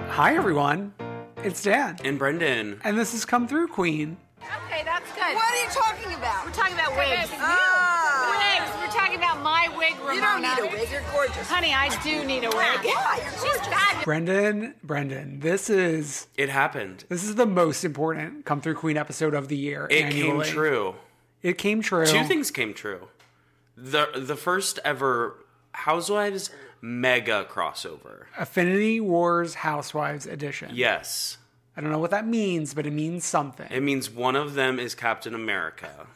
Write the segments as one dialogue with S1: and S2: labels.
S1: Hi, everyone. It's Dan.
S2: And Brendan.
S1: And this is Come Through Queen.
S3: Okay, that's good.
S4: What are you talking about?
S3: We're talking about wigs.
S4: Ah.
S3: Wigs. We're talking about my wig, Ramona.
S4: You don't need a wig. You're gorgeous.
S3: Honey, I do need a wig.
S4: Yeah, you're
S3: She's
S4: gorgeous.
S3: fabulous.
S1: Brendan, Brendan, this is
S2: It happened.
S1: this is the most important Come Through Queen episode of the year.
S2: It came
S1: annually.
S2: true.
S1: It came true.
S2: Two things came true. The the first ever Housewives mega crossover.
S1: Affinity Wars Housewives edition.
S2: Yes.
S1: I don't know what that means, but it means something.
S2: It means one of them is Captain America.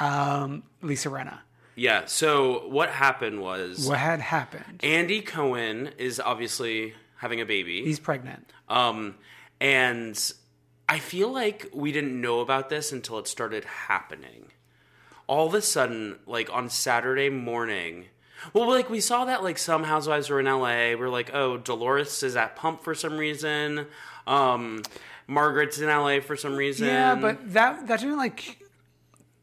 S1: Lisa Renna.
S2: Yeah, so what happened was
S1: What had happened?
S2: Andy Cohen is obviously having a baby.
S1: He's pregnant.
S2: Um, and I feel like we didn't know about this until it started happening. All of a sudden, like on Saturday morning, well, like we saw that like some housewives were in LA. We're like, oh, Dolores is at Pump for some reason. Um, Margaret's in LA for some reason.
S1: Yeah, but that that didn't like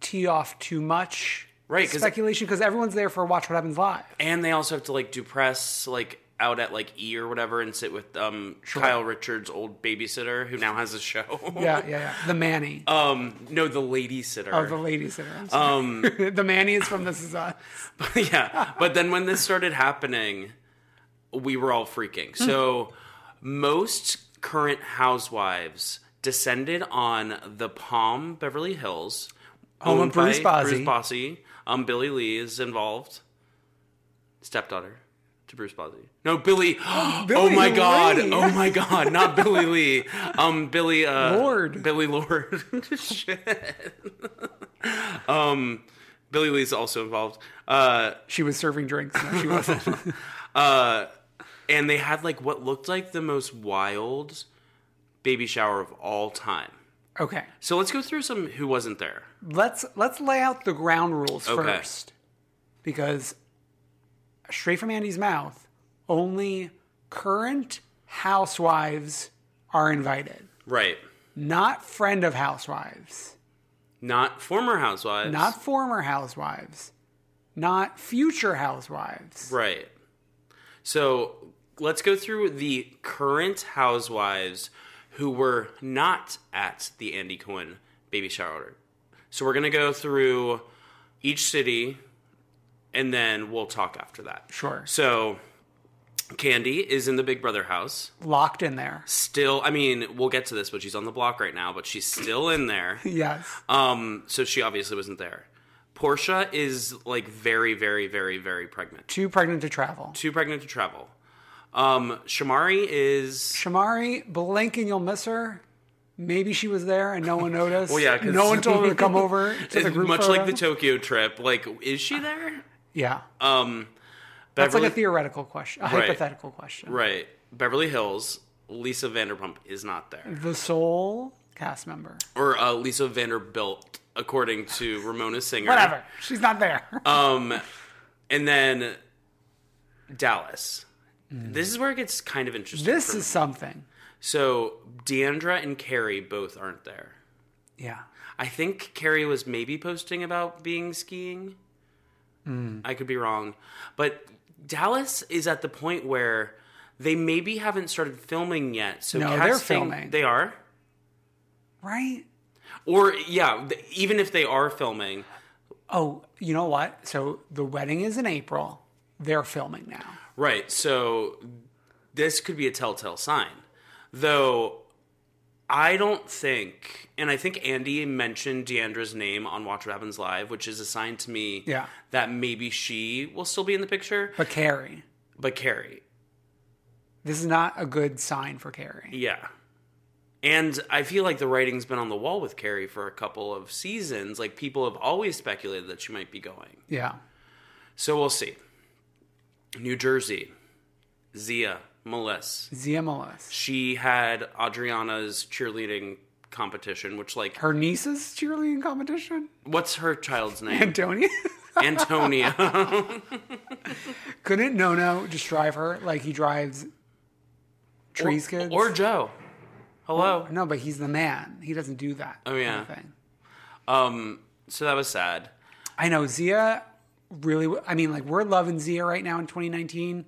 S1: tee off too much
S2: Right, 'cause-
S1: speculation because everyone's there for Watch What Happens Live.
S2: and they also have to like do press like out at like E or whatever and sit with um Kyle Richards' old babysitter who now has a show.
S1: Yeah, yeah, yeah. The Manny.
S2: Um, no, the lady sitter.
S1: of the ladies that are um, the Manny is from This Is Us.
S2: yeah. But then when this started happening, we were all freaking.
S1: Hmm.
S2: So most current housewives descended on the Palm Beverly Hills.
S1: Home of
S2: owned
S1: Bruce
S2: by
S1: Bozzi.
S2: Bruce Bossy. Um, Billy Lee is involved. Stepdaughter to Bruce Bozzi. No, Billy. oh my god.
S1: Lee.
S2: Oh my god. Not Billy Lee. Um, Billy. Uh,
S1: Lord.
S2: Billy Lord. Shit. um, Billy Lee's also involved. Uh,
S1: She was serving drinks. No, she wasn't.
S2: uh, and they had like what looked like the most wild baby shower of all time.
S1: okay,
S2: So let's go through some who wasn't there.
S1: let's let's lay out the ground rules
S2: Okay.
S1: first, because straight from Andy's mouth, only current housewives are invited,
S2: Right.
S1: not friend of housewives,
S2: Not former housewives.
S1: not former housewives, not future housewives.
S2: right. So let's go through the current housewives who were not at the Andy Cohen baby shower. So we're gonna go through each city, and then we'll talk after that.
S1: Sure.
S2: So Candy is in the Big Brother house.
S1: Locked in there.
S2: Still, I mean, we'll get to this, but she's on the block right now, but she's still in there.
S1: Yes.
S2: Um, so she obviously wasn't there. Portia is like very, very, very, very pregnant.
S1: Too pregnant to travel.
S2: Too pregnant to travel. Um, Shamari is
S1: Shamari, blink and you'll miss her. Maybe she was there and no one noticed.
S2: Well, yeah, 'cause-
S1: no one told her to come over to the
S2: It's
S1: group
S2: much like
S1: photo.
S2: the Tokyo trip. Like, is she there?
S1: yeah.
S2: Um,
S1: That's like
S2: Beverly-
S1: a theoretical question, a
S2: Right.
S1: hypothetical question.
S2: Right. Beverly Hills. Lisa Vanderpump is not there,
S1: The sole cast member.
S2: or uh, Lisa Vanderbilt, according to Ramona Singer.
S1: Whatever. She's not there.
S2: Um, and then Dallas. This is where it gets kind of interesting.
S1: this is
S2: for me.
S1: something.
S2: so Deandra and Carrie both aren't there.
S1: Yeah.
S2: I think Carrie was maybe posting about being skiing.
S1: Hmm.
S2: I could be wrong. But Dallas is at the point where they maybe haven't started filming yet. So
S1: No, they're
S2: casting-
S1: filming.
S2: They are?
S1: Right?
S2: Or, yeah, th- even if they are filming,
S1: Oh, you know what? So the wedding is in April. They're filming now.
S2: Right. So this could be a telltale sign. Though I don't think, and I think Andy mentioned Deandra's name on Watch What Happens Live, which is a sign to me
S1: Yeah.
S2: that maybe she will still be in the picture.
S1: But Carrie,
S2: But Carrie,
S1: this is not a good sign for Carrie.
S2: yeah. And I feel like the writing's been on the wall with Carrie for a couple of seasons. Like people have always speculated that she might be going.
S1: Yeah.
S2: So we'll see. New Jersey, Zia, Melissa.
S1: Zia Mellis.
S2: she had Adriana's cheerleading competition, which like
S1: Her niece's cheerleading competition?
S2: what's her child's name?
S1: Antonia?
S2: Antonia.
S1: Couldn't No No just drive her like he drives Tree's kids?
S2: or Joe. Hello.
S1: No, but he's the man. He doesn't do that.
S2: Oh, yeah.
S1: Kind of thing.
S2: Um so that was sad.
S1: I know Zia really. I mean, like we're loving Zia right now in 2019.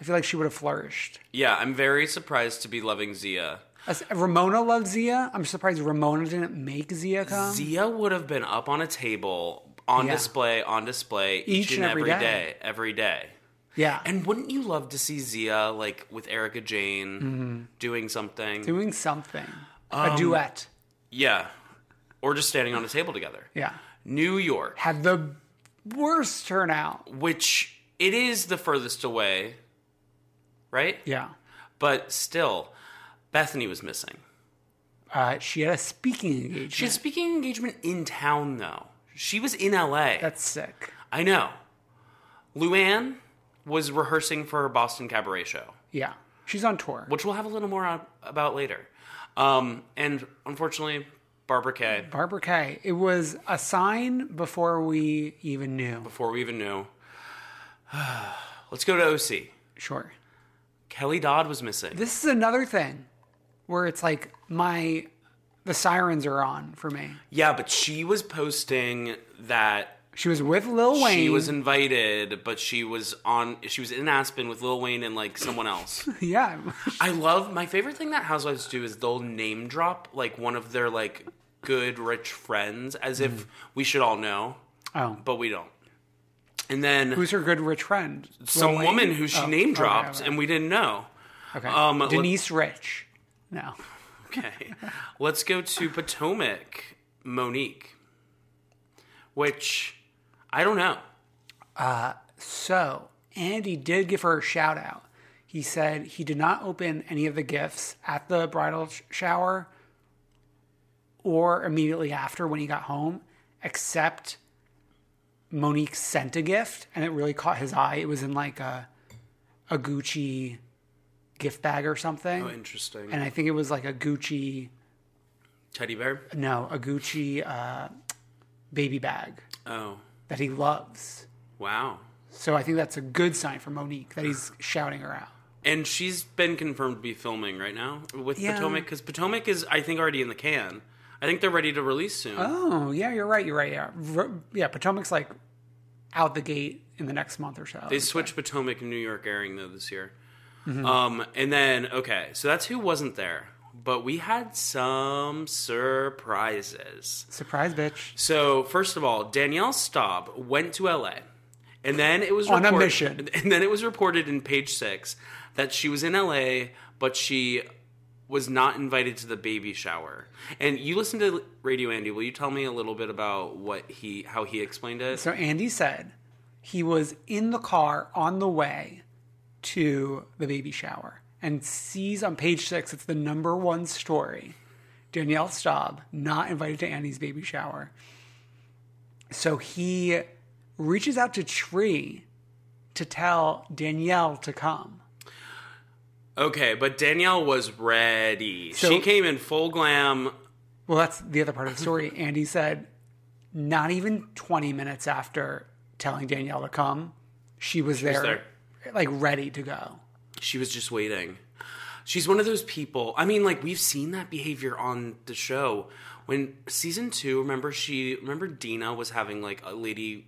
S1: I feel like she would have flourished.
S2: Yeah, I'm very surprised to be loving Zia.
S1: As- Ramona loved Zia. I'm surprised Ramona didn't make Zia come.
S2: Zia would have been up on a table on
S1: Yeah.
S2: display, on display each, and, every day. every day.
S1: yeah, and
S2: And wouldn't you love to see Zia like with Erica Jane doing something?
S1: doing something, a
S2: Um,
S1: duet.
S2: yeah. Or just standing on a table together.
S1: Yeah,
S2: New York.
S1: had the worst turnout.
S2: which it is the furthest away, right?
S1: Yeah,
S2: But still, Bethany was missing.
S1: uh, she had a speaking engagement.
S2: She had a speaking engagement in town, though. She was in LA.
S1: That's sick.
S2: I know. Luann was rehearsing for her Boston cabaret show,
S1: Yeah, she's on tour.
S2: which we'll have a little more on, about later. Um, and unfortunately, Barbara Kay,
S1: Barbara Kay. It was a sign before we even knew.
S2: before we even knew. Let's go to OC.
S1: Sure.
S2: Kelly Dodd was missing.
S1: This is another thing where it's like my the sirens are on for me.
S2: yeah, but she was posting that
S1: She was with Lil Wayne.
S2: She was invited, but she was on. She was in Aspen with Lil Wayne and like someone else.
S1: yeah.
S2: I love my favorite thing that housewives do is they'll name drop like one of their like good rich friends as if we should all know,
S1: Mm-hmm. Oh,
S2: but we don't. And then
S1: who's her good rich friend? Lil
S2: some
S1: Wayne?
S2: woman who she
S1: Oh,
S2: name
S1: okay,
S2: dropped,
S1: okay.
S2: and we didn't know.
S1: Okay.
S2: um, let-
S1: Denise Rich. No.
S2: Okay, let's go to Potomac Monique, which I don't know.
S1: So Andy did give her a shout out. He said he did not open any of the gifts at the bridal sh- shower or immediately after when he got home, except Monique sent a gift and it really caught his eye. It was in like a a Gucci gift bag or something.
S2: Oh, interesting.
S1: and I think it was like a Gucci
S2: Teddy bear.
S1: no, a Gucci uh, baby bag
S2: Oh,
S1: that he loves.
S2: wow.
S1: So I think that's a good sign for Monique that he's shouting her out.
S2: And she's been confirmed to be filming right now with
S1: Yeah.
S2: Potomac because Potomac is, I think, already in the can. I think they're ready to release soon.
S1: Oh, yeah, you're right. You're right. Yeah. R- Yeah, Potomac's like out the gate in the next month or so.
S2: they switched Potomac and New York airing though this year.
S1: Mm-hmm.
S2: Um, and then okay, so that's who wasn't there, but we had some surprises.
S1: Surprise, bitch.
S2: So first of all, Danielle Staub went to LA And then it was
S1: On a
S2: report-
S1: mission.
S2: And then it was reported in Page Six that she was in LA, but she was not invited to the baby shower. And you listened to Radio Andy. Will you tell me a little bit about what he, how he explained it?
S1: So Andy said he was in the car on the way to the baby shower and sees on page six, it's the number one story Danielle Staub not invited to Andy's baby shower. So he reaches out to Tree to tell Danielle to come.
S2: Okay, but Danielle was ready.
S1: So-
S2: she came in full glam.
S1: Well, that's the other part of the story. Andy said, not even 20 minutes after telling Danielle to come, she was,
S2: was
S1: there, like ready to go.
S2: She was just waiting. She's one of those people. I mean, like we've seen that behavior on the show. When season two, remember she, remember Dina was having like a lady.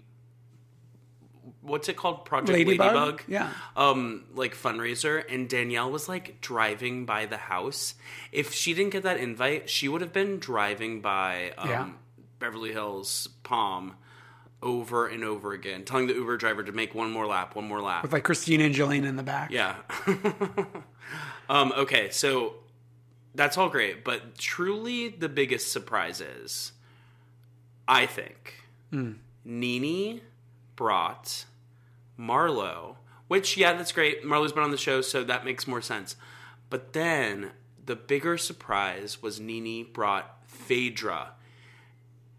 S2: What's it called? Project Ladybug.
S1: Yeah.
S2: um like fundraiser and Danielle was like driving by the house. If she didn't get that invite, she would have been driving by um
S1: Yeah.
S2: Beverly Hills Palm over and over again, telling the Uber driver to make one more lap, one more lap.
S1: With like Christina and Jillian in the back.
S2: yeah. um okay, so that's all great, but truly the biggest surprise is I think Nini brought Marlo, which yeah, that's great. Marlo's been on the show, so that makes more sense. But then the bigger surprise was Nini brought Phaedra,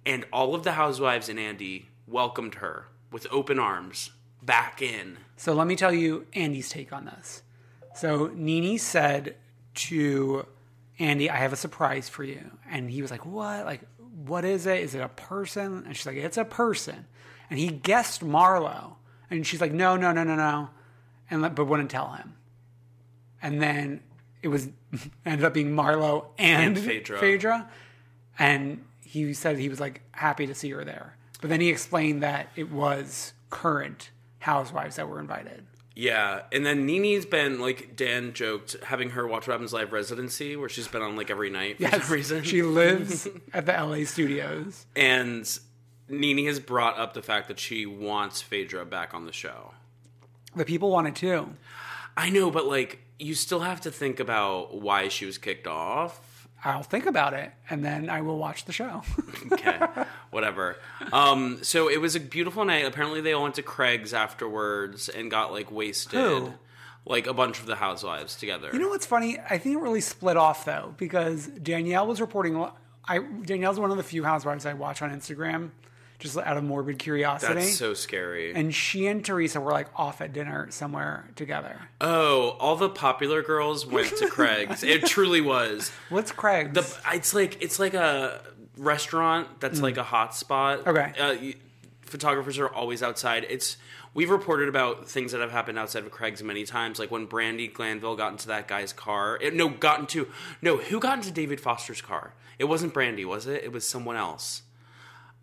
S2: and all of the housewives and Andy welcomed her with open arms back in.
S1: So let me tell you Andy's take on this. So Nini said to Andy, I have a surprise for you. And he was like, What? Like, what is it? Is it a person? And she's like, It's a person. And he guessed Marlo. And she's like, No, no, no, no, no. And let- but wouldn't tell him. And then it was ended up being Marlo and,
S2: And Phaedra.
S1: Phaedra. And he said he was like happy to see her there. But then he explained that it was current housewives that were invited.
S2: Yeah, and then Nini's been like Dan joked having her watch what happens live residency where she's been on like every night for some reason.
S1: She lives at the LA studios.
S2: And Nini has brought up the fact that she wants Phaedra back on the show.
S1: The people want it too.
S2: I know, but like you still have to think about why she was kicked off.
S1: I'll think about it and then I will watch the show.
S2: Okay, whatever. Um, so it was a beautiful night. Apparently, they all went to Craig's afterwards and got like wasted,
S1: Who?
S2: like a bunch of the housewives together.
S1: you know what's funny? I think it really split off though because Danielle was reporting. li- I Danielle's one of the few housewives I watch on Instagram, just out of morbid curiosity.
S2: That's so scary.
S1: and she and Teresa were like off at dinner somewhere together.
S2: oh, all the popular girls went to Craig's. It truly was.
S1: What's Craig's?
S2: The it's like it's like a restaurant that's like a hot spot.
S1: Okay.
S2: Uh, you- photographers are always outside. It's we've reported about things that have happened outside of Craig's many times, like when Brandy Glanville got into that guy's car. eh, no, got into no, who got into David Foster's car? It wasn't Brandy, was it? It was someone else.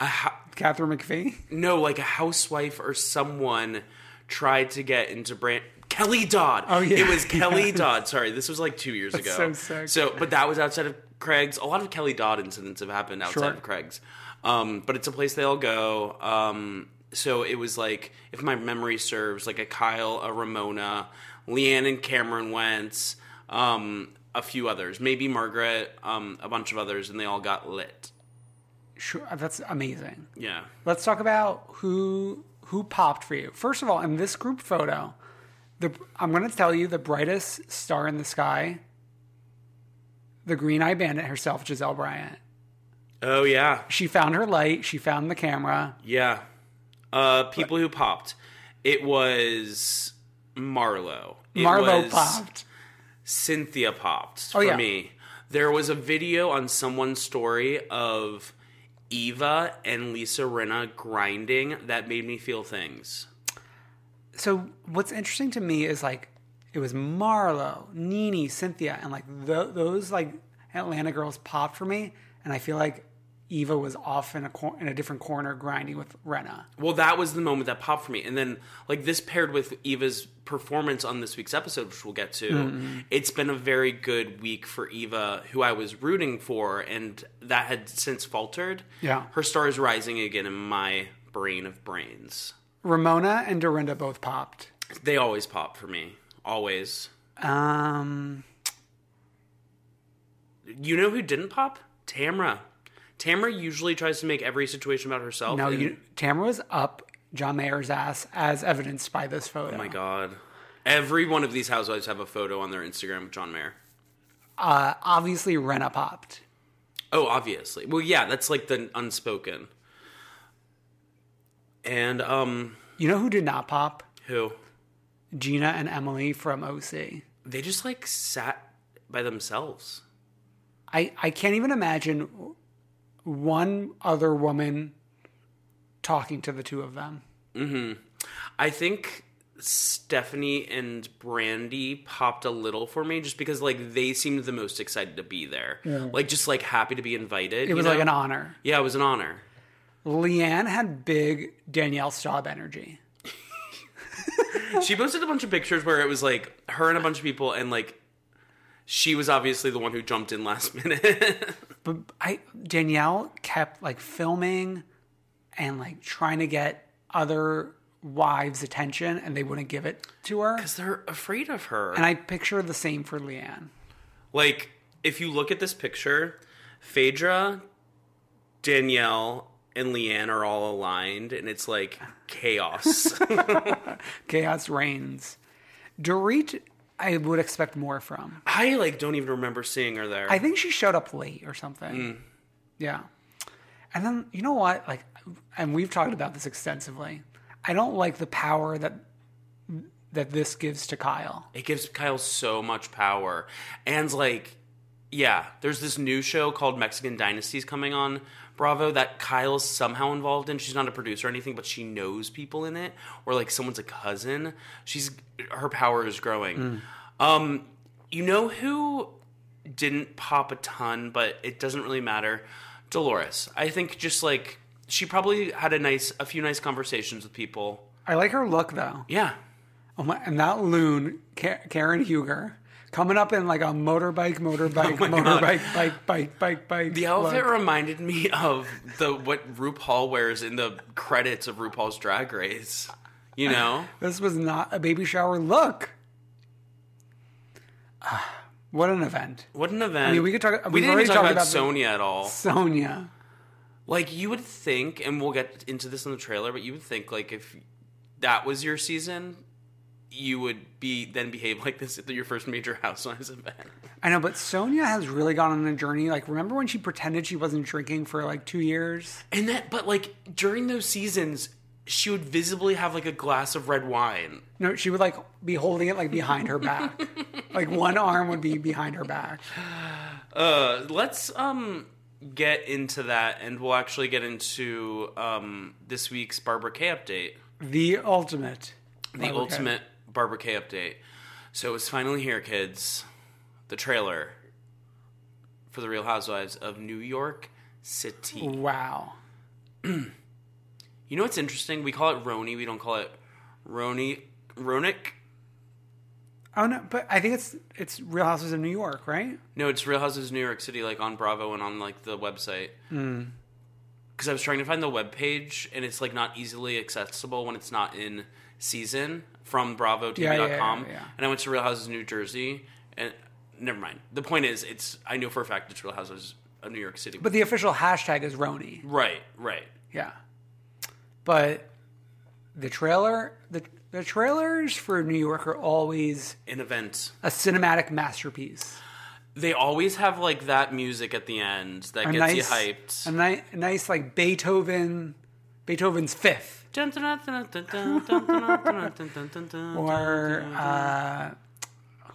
S2: A ho-
S1: Catherine McPhee.
S2: no, like a housewife or someone tried to get into Brand Kelly Dodd.
S1: Oh, yeah.
S2: it was Kelly
S1: Yes.
S2: Dodd. Sorry, this was like two years
S1: That's so
S2: ago.
S1: sick.
S2: So, but that was outside of Craig's. A lot of Kelly Dodd incidents have happened outside
S1: Sure.
S2: of Craig's. Um, but it's a place they all go. Um, so it was like, if my memory serves, like a Kyle, a Ramona, Leanne and Cameron Wentz, um, a few others, maybe Margaret, um, a bunch of others, and they all got lit.
S1: Sure, that's amazing.
S2: Yeah.
S1: Let's talk about who who popped for you. First of all, in this group photo, the I'm going to tell you the brightest star in the sky, the green eye bandit herself, Giselle Bryant.
S2: Oh, yeah.
S1: She found her light. She found the camera.
S2: Yeah. Uh, people who popped. It was Marlo. It
S1: Marlo
S2: was
S1: popped.
S2: Cynthia popped
S1: Oh,
S2: for
S1: yeah.
S2: me. There was a video on someone's story of Eva and Lisa Rinna grinding that made me feel things.
S1: So what's interesting to me is like it was Marlo, Nene, Cynthia, and like th- those like Atlanta girls popped for me, and I feel like Eva was off in a cor- in a different corner grinding with Rena.
S2: Well, that was the moment that popped for me. And then, like, this paired with Eva's performance on this week's episode, which we'll get to,
S1: Mm-hmm.
S2: it's been a very good week for Eva, who I was rooting for, and that had since faltered.
S1: Yeah.
S2: Her star is rising again in my brain of brains.
S1: Ramona and Dorinda both popped.
S2: They always pop for me. Always.
S1: Um,
S2: You know who didn't pop? Tamra. Tamra usually tries to make every situation about herself.
S1: no,
S2: and-
S1: you, Tamara was up John Mayer's ass as evidenced by this photo.
S2: Oh my god. Every one of these housewives have a photo on their Instagram with John Mayer.
S1: Uh, obviously, Renna popped.
S2: Oh, obviously. Well, yeah, that's like the unspoken. And um
S1: You know who did not pop?
S2: who?
S1: Gina and Emily from OC.
S2: They just like sat by themselves.
S1: I, I can't even imagine one other woman talking to the two of them.
S2: I think Stephanie and Brandy popped a little for me just because like they seemed the most excited to be there. Like just like happy to be invited.
S1: It was like an honor.
S2: Yeah, it was an honor.
S1: Leanne had big Danielle Staub energy.
S2: she posted a bunch of pictures where it was like her and a bunch of people and like she was obviously the one who jumped in last minute.
S1: But I Danielle kept like filming and like trying to get other wives' attention and they wouldn't give it to her.
S2: Because they're afraid of her.
S1: And I picture the same for Leanne.
S2: like, if you look at this picture, Phaedra, Danielle, and Leanne are all aligned, and it's like chaos.
S1: Chaos reigns. Dorit, I would expect more from.
S2: I like don't even remember seeing her there.
S1: I think she showed up late or something. Yeah. And then you know what? Like and we've talked about this extensively. I don't like the power that that this gives to Kyle.
S2: it gives Kyle so much power. And like, yeah, there's this new show called Mexican Dynasties coming on Bravo that Kyle's somehow involved in. She's not a producer or anything, but she knows people in it, or like someone's a cousin. She's her power is growing. Um, you know who didn't pop a ton, but it doesn't really matter. Dolores. I think just like she probably had a nice a few nice conversations with people.
S1: I like her look though.
S2: Yeah.
S1: Oh my, and that loon, Ka- Karen Huger, coming up in like a motorbike, motorbike, motorbike, bike, bike, bike, bike.
S2: Oh The outfit
S1: look.
S2: reminded me of the what RuPaul wears in the credits of RuPaul's Drag Race. You know,
S1: This was not a baby shower look. Ah, what an event.
S2: what an event!
S1: mean, we could talk-
S2: We
S1: we've
S2: didn't even
S1: already
S2: talk
S1: talked
S2: about,
S1: about the-
S2: Sonia at all.
S1: Sonia.
S2: Like you would think, and we'll get into this in the trailer, but you would think like if that was your season, you would be then behave like this at your first major Housewives event.
S1: I know, but Sonia has really gone on a journey. Like, remember when she pretended she wasn't drinking for like two years?
S2: And that, but like during those seasons, she would visibly have like a glass of red wine.
S1: No, she would like be holding it like behind her back. like one arm would be behind her back.
S2: Uh, let's um get into that, and we'll actually get into um this week's Barbara K update,
S1: The ultimate.
S2: the ultimate Barbara K update. So it's finally here, kids. The trailer for the Real Housewives of New York City.
S1: Wow.
S2: You know what's interesting? We call it Roni. We don't call it Roni. Ronick.
S1: Oh no, but I think it's it's Real Houses of New York, right?
S2: No, it's Real Houses of New York City, like on Bravo and on like the website.
S1: Hmm.
S2: Because I was trying to find the web page, and it's like not easily accessible when it's not in season from BravoTV.com.
S1: Yeah, yeah, yeah, yeah.
S2: And I went to Real Houses of New Jersey, and never mind. The point is, it's I know for a fact it's Real Houses of New York City.
S1: But the official hashtag is Roni.
S2: right, right.
S1: Yeah. But the trailer, the the trailers for New York are always
S2: An event.
S1: a cinematic masterpiece.
S2: They always have like that music at the end that
S1: A
S2: gets you
S1: nice,
S2: hyped.
S1: a ni- a nice like Beethoven, Beethoven's Fifth, or uh,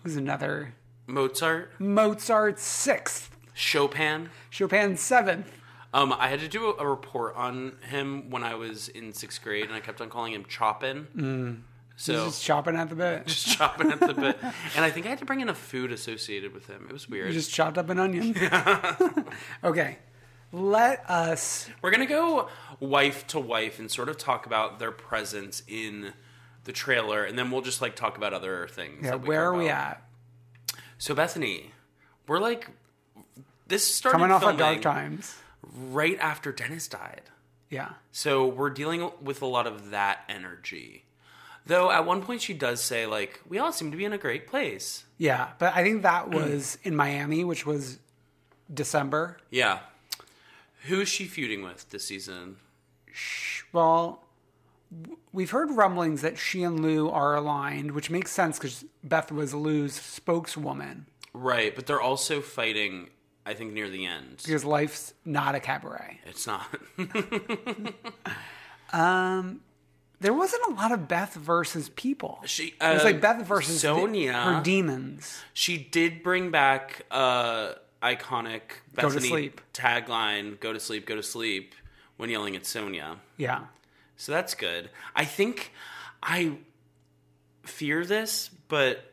S1: who's another
S2: Mozart,
S1: Mozart's Sixth,
S2: Chopin.
S1: Chopin's Seventh.
S2: Um, I had to do a, a report on him when I was in sixth grade, and I kept on calling him Choppin.
S1: Mm.
S2: So
S1: Just chopping at the bit.
S2: just chopping at the bit, and I think I had to bring in a food associated with him. It was weird.
S1: You just chopped up an onion. okay. Let us.
S2: We're gonna go wife to wife and sort of talk about their presence in the trailer, and then we'll just like talk about other things.
S1: Yeah,
S2: that we
S1: where
S2: care
S1: are we
S2: about.
S1: at?
S2: So Bethany, we're like this started
S1: Coming off of
S2: filming
S1: Dark Times.
S2: right after Dennis died.
S1: Yeah.
S2: So we're dealing with a lot of that energy. Though at one point she does say, like, we all seem to be in a great place.
S1: Yeah. But I think
S2: Mm.
S1: that was in Miami, which was December.
S2: Yeah. Who's she feuding with this season?
S1: Well, w- we've heard rumblings that she and Lou are aligned, which makes sense because Beth was Lou's spokeswoman
S2: Right, but they're also fighting, I think, near the end.
S1: because life's not a cabaret.
S2: It's not.
S1: Um, there wasn't a lot of Beth versus people.
S2: She,
S1: it was
S2: uh,
S1: like Beth versus the-
S2: Sonia.
S1: her demons.
S2: she did bring back uh iconic
S1: Go to
S2: Bethany
S1: sleep.
S2: tagline, go to sleep, go to sleep, when yelling at Sonia.
S1: Yeah.
S2: So that's good. I think I fear this, but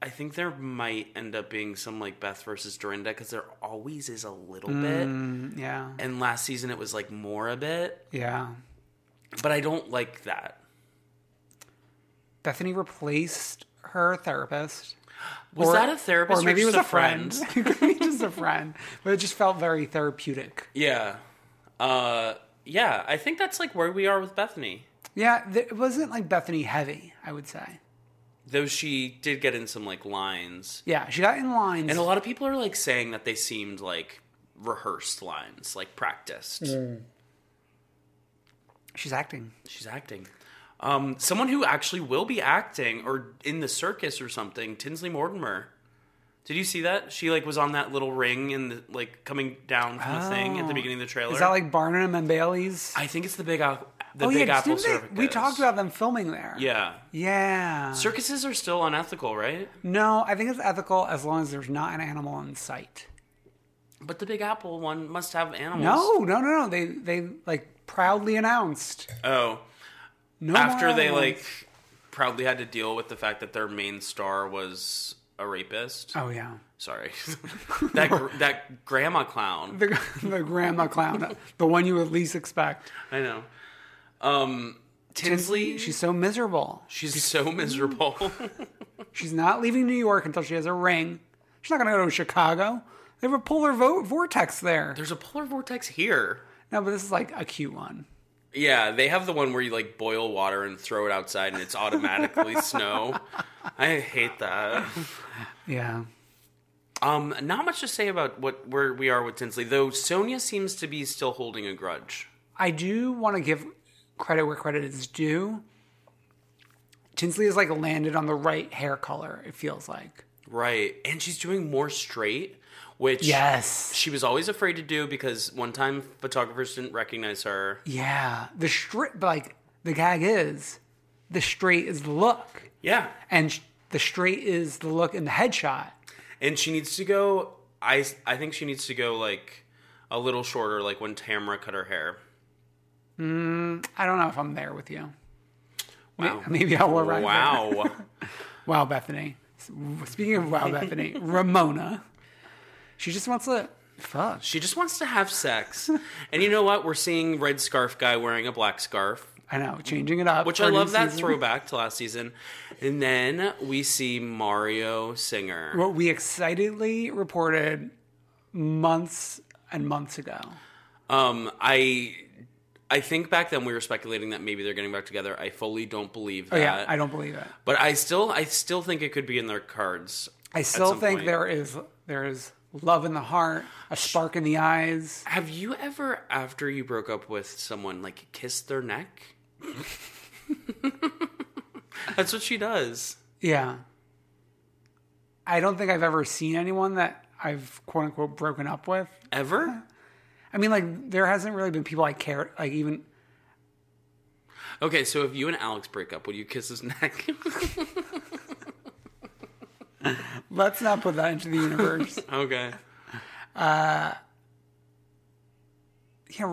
S2: I think there might end up being some like Beth versus Dorinda because there always is a little
S1: Mm, yeah.
S2: bit. And last season it was like more a bit,
S1: Yeah.
S2: but I don't like that.
S1: Bethany replaced her therapist.
S2: Was that a therapist or
S1: maybe it was
S2: just
S1: a
S2: a
S1: friend? It could be just a friend, but it just felt very therapeutic.
S2: Yeah. Uh yeah, I think that's like where we are with Bethany.
S1: Yeah, th- it wasn't like Bethany heavy. I would say.
S2: Though she did get in some like lines.
S1: Yeah, she got in lines.
S2: And a lot of people are like saying that they seemed like rehearsed lines, like practiced.
S1: Mm. She's acting.
S2: She's acting. Um, someone who actually will be acting or in the circus or something, Tinsley Mortimer. Did you see that? She like was on that little ring and the, like coming down from the thing at the beginning of the trailer.
S1: Oh. Is that like Barnum and Bailey's?
S2: I think it's the big Apple. The
S1: oh
S2: Big
S1: yeah,
S2: Apple
S1: didn't they-
S2: circus.
S1: we talked about them filming there.
S2: Yeah,
S1: Yeah.
S2: circuses are still unethical, right?
S1: no, I think it's ethical as long as there's not an animal in sight.
S2: But the Big Apple one must have animals.
S1: No, no, no, no. They they like proudly announced.
S2: Oh,
S1: No more
S2: after they
S1: animals.
S2: like proudly had to deal with the fact that their main star was a rapist.
S1: Oh yeah.
S2: Sorry, that gr- that grandma clown.
S1: The, the grandma clown, the one you would least expect.
S2: I know. Um, Tinsley,
S1: She's so miserable.
S2: she's so miserable.
S1: She's not leaving New York until she has a ring. She's not going to go to Chicago. They have a polar vo- vortex there.
S2: There's a polar vortex here.
S1: No, but this is like a cute one.
S2: Yeah, they have the one where you like boil water and throw it outside and it's automatically snow. I hate that.
S1: Yeah.
S2: Um, not much to say about what where we are with Tinsley, though. Sonia seems to be still holding a grudge.
S1: I do want to give credit where credit is due. Tinsley has like landed on the right hair color, it feels like.
S2: Right. And she's doing more straight, which
S1: Yes.
S2: she was always afraid to do because one time photographers didn't recognize her.
S1: Yeah. The straight, like, the gag is the straight is the look.
S2: Yeah.
S1: And sh- the straight is the look in the headshot.
S2: And she needs to go I I think she needs to go like a little shorter like when Tamara cut her hair.
S1: I don't know if I'm there with you. May-
S2: Wow.
S1: Maybe I will right
S2: Wow.
S1: Wow, Bethany. Speaking of wow, Bethany, Ramona. She just wants to fuck.
S2: she just wants to have sex. And you know what? We're seeing red scarf guy wearing a black scarf.
S1: I know, changing it up.
S2: Which
S1: for
S2: I
S1: a new
S2: love that
S1: season.
S2: throwback to last season. And then we see Mario Singer.
S1: What we excitedly reported months and months ago.
S2: Um, I I think back then we were speculating that maybe they're getting back together. I fully don't believe
S1: Oh
S2: that.
S1: yeah, I don't believe it.
S2: But I still I still think it could be in their cards.
S1: I
S2: at
S1: still
S2: some
S1: think
S2: point.
S1: there is there is love in the heart, a spark in the eyes.
S2: Have you ever after you broke up with someone like kissed their neck? That's what she does.
S1: Yeah. I don't think I've ever seen anyone that I've quote unquote broken up with
S2: Ever?
S1: I mean, like there hasn't really been people I care like even.
S2: Okay, so if you and Alex break up, would you kiss his neck?
S1: Let's not put that into the universe.
S2: okay.
S1: yeah,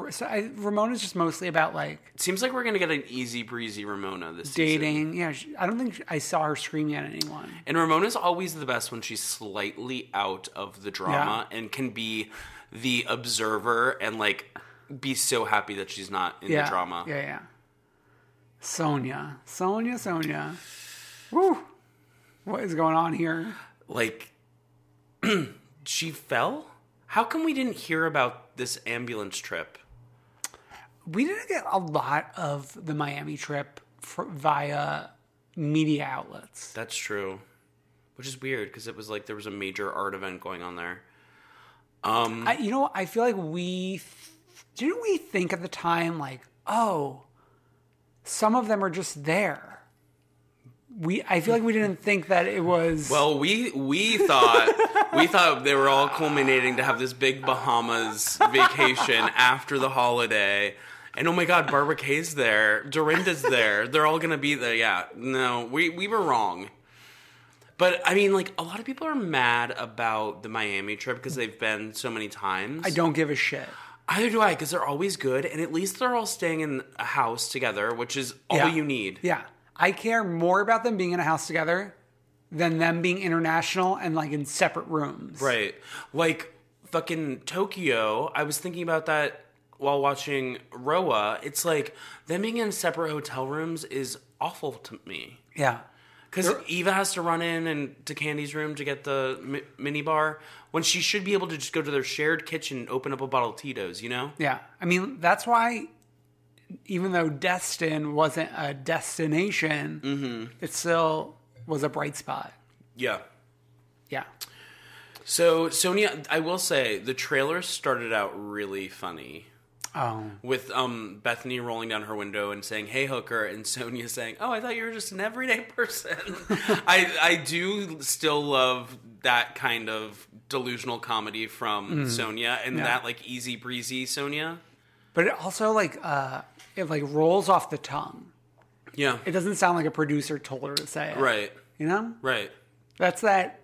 S1: so I, Ramona's just mostly about like
S2: It seems like we're gonna get an easy breezy Ramona this season.
S1: dating. Yeah, she, I don't think I saw her screaming at anyone.
S2: And Ramona's always the best when she's slightly out of the drama and can be the observer and like be so happy that she's not in
S1: Yeah,
S2: the drama.
S1: Yeah, yeah. Sonia, Sonia, Sonia. Woo! What is going on here?
S2: Like she fell? How come we didn't hear about this ambulance trip?
S1: we didn't get a lot of the Miami trip fr via media outlets.
S2: That's true. Which is weird because it was like there was a major art event going on there. Um,
S1: I, you know, I feel like we didn't we think at the time like, oh, some of them are just there. We I feel like we didn't think that it was
S2: well, we we thought we thought they were all culminating to have this big Bahamas vacation after the holiday. And oh my God, Barbara Kay's there, Dorinda's there. They're all gonna be there. Yeah, no, we we were wrong. But I mean, like a lot of people are mad about the Miami trip because they've been so many times.
S1: I don't give a shit.
S2: Either do I, because they're always good, and at least they're all staying in a house together, which is all
S1: Yeah.
S2: you need.
S1: Yeah. I care more about them being in a house together than them being international and like in separate rooms.
S2: Right. Like fucking Tokyo, I was thinking about that while watching Roa. It's like them being in separate hotel rooms is awful to me.
S1: Yeah.
S2: Because Eva has to run in and to Candy's room to get the mi- mini bar when she should be able to just go to their shared kitchen and open up a bottle of Tito's, you know?
S1: Yeah. I mean, that's why even though Destin wasn't a destination,
S2: Mm-hmm.
S1: it still was a bright spot.
S2: Yeah.
S1: Yeah.
S2: So, Sonia, I will say the trailer started out really funny.
S1: Oh.
S2: with um Bethany rolling down her window and saying, "Hey, hooker," and Sonia saying, "Oh, I thought you were just an everyday person." I I do still love that kind of delusional comedy
S1: Mm.
S2: from Sonia and that like easy breezy Sonia.
S1: But it also like uh it like rolls off the tongue.
S2: Yeah,
S1: It doesn't sound like a producer told her to say it.
S2: right,
S1: You know?
S2: right.
S1: That's that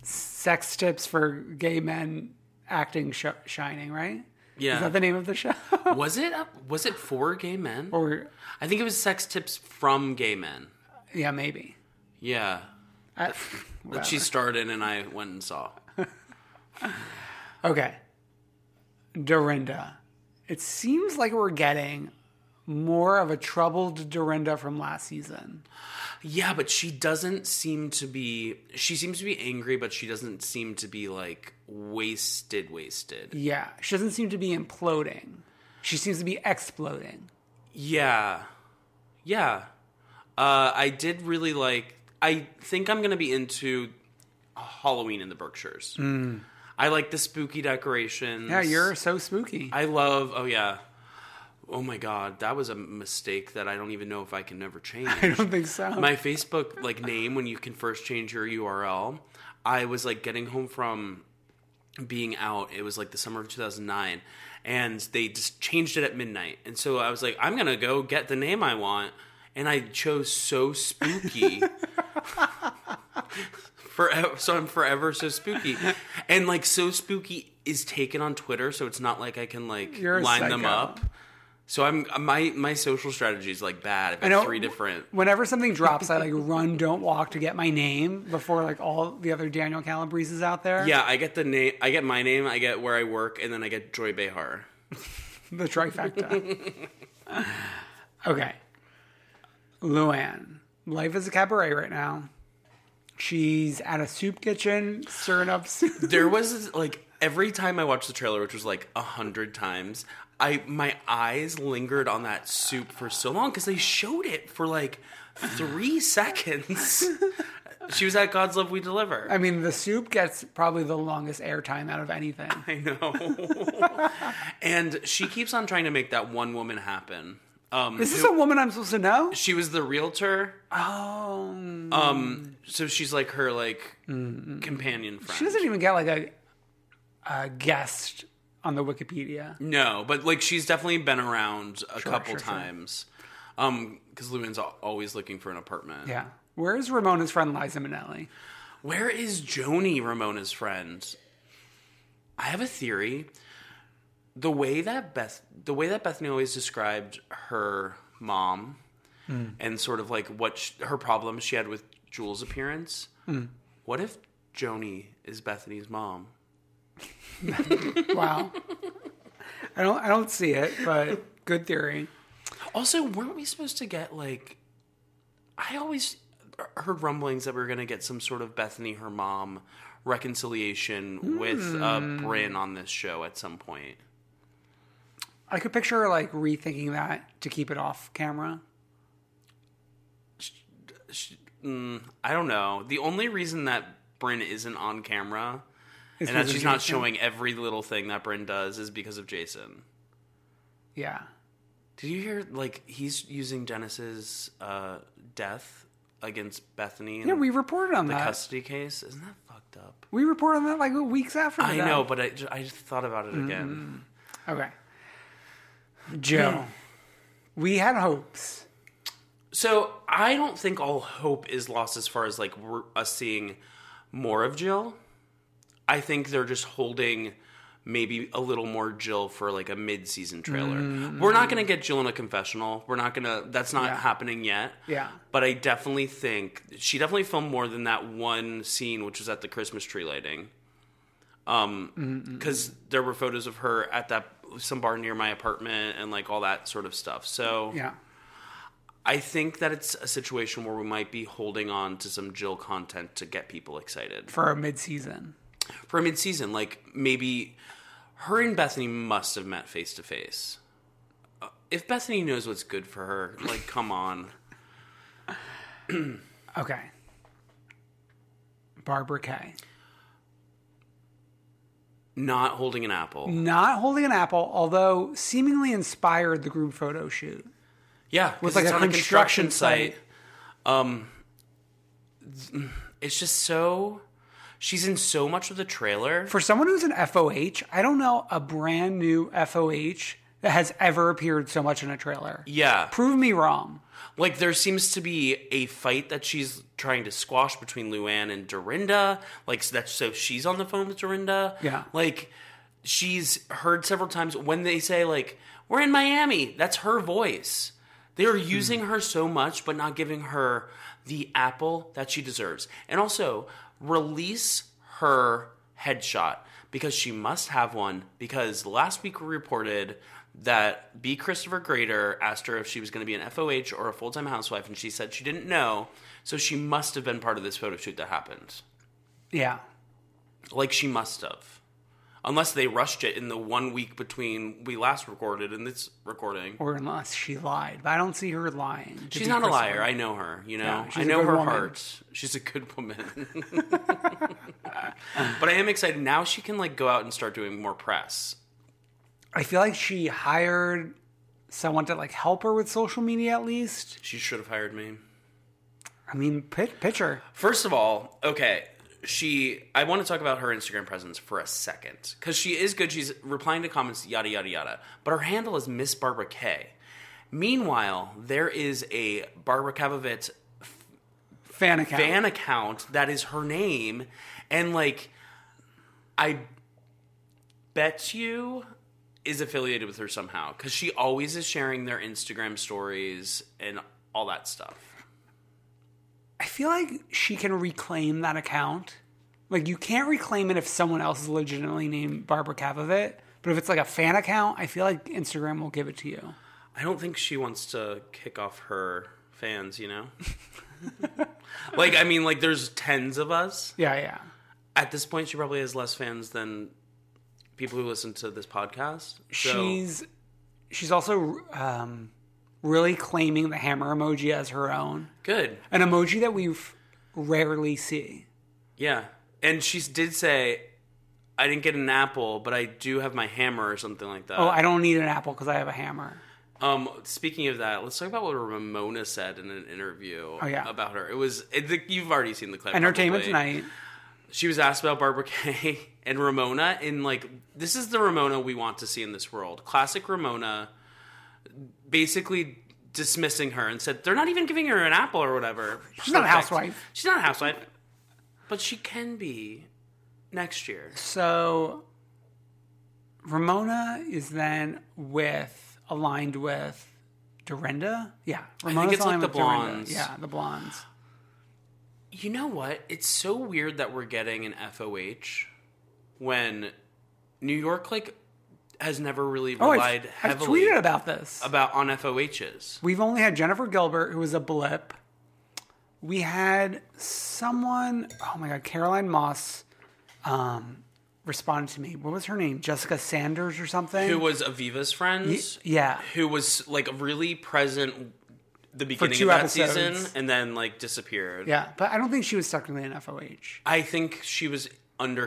S1: sex tips for gay men acting sh- shining, right?
S2: Yeah.
S1: Is that the name of the show?
S2: was it up? Was it for gay men?
S1: or
S2: I think it was sex tips from gay men.
S1: yeah, maybe.
S2: Yeah,
S1: I,
S2: that she starred in and I went and saw.
S1: okay. Dorinda. It seems like we're getting more of a troubled Dorinda from last season.
S2: Yeah, but she doesn't seem to be. She seems to be angry, but she doesn't seem to be like wasted, wasted.
S1: Yeah. She doesn't seem to be imploding. She seems to be exploding.
S2: Yeah, yeah. Uh, I did really like. I think I'm gonna be into Halloween in the Berkshires. I like the spooky decorations.
S1: Mm. Yeah, you're so spooky.
S2: I love. Oh yeah. Oh my god, that was a mistake that I don't even know if I can ever change.
S1: I don't think so.
S2: my Facebook like name when you can first change your URL. I was like getting home from being out. It was like the summer of 2009 and they just changed it at midnight. And so I was like I'm going to go get the name I want and I chose so spooky. forever so I'm forever so spooky. And like so spooky is taken on Twitter so it's not like I can like
S1: You're a
S2: line them
S1: psycho.
S2: up. So I'm my my social strategy is like bad. I've got three different
S1: Whenever something drops, I like run, don't walk to get my name before like all the other Daniel Calabrese's out there.
S2: Yeah, I get the name. I get my name. I get where I work, and then I get Joy Behar.
S1: The trifecta. okay. Luann. Life is a cabaret right now. She's at a soup kitchen stirring up soup.
S2: There was like every time I watched the trailer, which was like a hundred times. I my eyes lingered on that soup for so long because they showed it for like three seconds. she was at God's Love We Deliver.
S1: I mean, the soup gets probably the longest airtime out of anything.
S2: I know. and she keeps on trying to make that one woman happen. Um,
S1: Is this a woman I'm supposed to know?
S2: she was the realtor.
S1: Oh.
S2: Um, so she's like her like companion friend.
S1: She doesn't even get like a, a guest on the Wikipedia.
S2: No, but like she's definitely been around a couple
S1: sure, sure.
S2: times. Um, because Luan's al- always looking for an apartment.
S1: Yeah. Where's Ramona's friend Liza Minnelli?
S2: Where is Joni Ramona's friend? I have a theory. The way that Beth, the way that Bethany always described her mom,
S1: Hmm.
S2: and sort of like what sh her problems she had with Jules' appearance.
S1: Hmm.
S2: What if Joni is Bethany's mom?
S1: Wow. I don't I don't see it, but good theory.
S2: Also, weren't we supposed to get like? I always heard rumblings that we were going to get some sort of Bethany, her mom,
S1: Hmm.
S2: reconciliation with uh, Bryn on this show at some point.
S1: I could picture her like rethinking that to keep it off camera.
S2: Mm, I don't know. The only reason that Bryn isn't on camera
S1: Is
S2: and that
S1: because of
S2: she's not
S1: Jason?
S2: showing every little thing that Bryn does is because of Jason.
S1: Yeah.
S2: Did you hear? Like he's using Dennis's uh, death against Bethany. in
S1: Yeah, we reported on
S2: the
S1: that.
S2: custody case. Isn't that fucked up?
S1: we reported on that like weeks after.
S2: I
S1: that. Mm-hmm.
S2: know, but I, ju- I just thought about it again.
S1: Okay. Joe, we had hopes.
S2: So I don't think all hope is lost as far as like we're, us seeing more of Jill. I think they're just holding maybe a little more Jill for like a mid-season trailer.
S1: Mm.
S2: We're not going to get Jill in a confessional. We're not going to. That's not happening yet.
S1: Yeah.
S2: But I definitely think she definitely filmed more than that one scene, which was at the Christmas tree lighting. Um, because there were photos of her at that some bar near my apartment and like all that sort of stuff. So
S1: Yeah.
S2: I think that it's a situation where we might be holding on to some Jill content to get people excited
S1: For a mid season.
S2: for mid season. Like maybe her and Bethany must have met face to face. Uh, If Bethany knows what's good for her, like come on.
S1: Okay. Barbara Kay.
S2: Not holding an apple.
S1: Not holding an apple, although seemingly inspired the group photo shoot.
S2: Yeah,
S1: With,
S2: 'cause
S1: like,
S2: it's
S1: a
S2: on a
S1: construction
S2: construction, site. Um, th- it's just so. She's in so much of the trailer.
S1: For someone who's an FOH, I don't know a brand new FOH that has ever appeared so much in a trailer.
S2: yeah,
S1: Prove me wrong.
S2: Like there seems to be a fight that she's trying to squash between Luann and Dorinda. Like so that's so she's on the phone with Dorinda.
S1: Yeah.
S2: Like she's heard several times when they say like we're in Miami. That's her voice. They are using her so much, but not giving her the apple that she deserves. And also release her headshot because she must have one. Because last week we reported that B. Christopher Grader asked her if she was going to be an FOH or a full time housewife, and she said she didn't know. So she must have been part of this photo shoot that happened.
S1: Yeah.
S2: Like she must have. Unless they rushed it in the one week between we last recorded and this recording.
S1: Or unless she lied. But I don't see her lying. to
S2: She's
S1: be
S2: not a
S1: Crystal.
S2: liar. I know her. You know,
S1: Yeah, she's
S2: I
S1: a
S2: know
S1: good
S2: her
S1: woman.
S2: heart. She's a good woman. but I am excited now. She can like go out and start doing more press.
S1: I feel like she hired someone to like help her with social media at least.
S2: She should have hired me.
S1: I mean, pit, pitcher.
S2: First of all, okay, she. I want to talk about her Instagram presence for a second because she is good. She's replying to comments, yada yada yada. But her handle is Miss Barbara K. Meanwhile, there is a Barbara Kavovitz
S1: Fan account.
S2: fan account that is her name, and like, I bet you is affiliated with her somehow because she always is sharing their Instagram stories and all that stuff.
S1: I feel like she can reclaim that account. Like you can't reclaim it if someone else is legitimately named Barbara Kavovit. But if it's like a fan account, I feel like Instagram will give it to you.
S2: I don't think she wants to kick off her fans, you know? like, I mean, like, there's tens of us.
S1: Yeah, yeah.
S2: At this point, she probably has less fans than people who listen to this podcast. So,
S1: She's she's also um, really claiming the hammer emoji as her own,
S2: good.
S1: an emoji that we rarely see.
S2: Yeah. And she did say, I didn't get an apple, but I do have my hammer or something like that.
S1: Oh, I don't need an apple because I have a hammer.
S2: Um, speaking of that, let's talk about what Ramona said in an interview
S1: Oh, yeah.
S2: about her. It was, it, you've already seen the clip.
S1: Entertainment
S2: probably.
S1: Tonight.
S2: she was asked about Barbara Kay and Ramona, and like this is the Ramona we want to see in this world. Classic Ramona, basically dismissing her and said they're not even giving her an apple or whatever.
S1: She's not a
S2: Perfect.
S1: housewife.
S2: She's not a housewife, but she can be next year.
S1: So Ramona is then with aligned with Dorinda. Yeah,
S2: I think
S1: Ramona's
S2: it's like
S1: aligned
S2: the
S1: with Dorinda.
S2: blondes.
S1: Yeah, the blondes.
S2: You know what? It's so weird that we're getting an FOH when New York like has never really
S1: Oh,
S2: relied
S1: I've, I've
S2: heavily
S1: tweeted about this.
S2: about on FOHs.
S1: We've only had Jennifer Gilbert, who was a blip. We had someone. Oh my God, Caroline Moss. Um, responded to me. What was her name? Jessica Sanders or something?
S2: Who was Aviva's friends?
S1: yeah.
S2: Who was like really present the beginning
S1: two
S2: of that
S1: episodes.
S2: season and then like disappeared.
S1: Yeah, but I don't think she was technically an FOH.
S2: I think she was under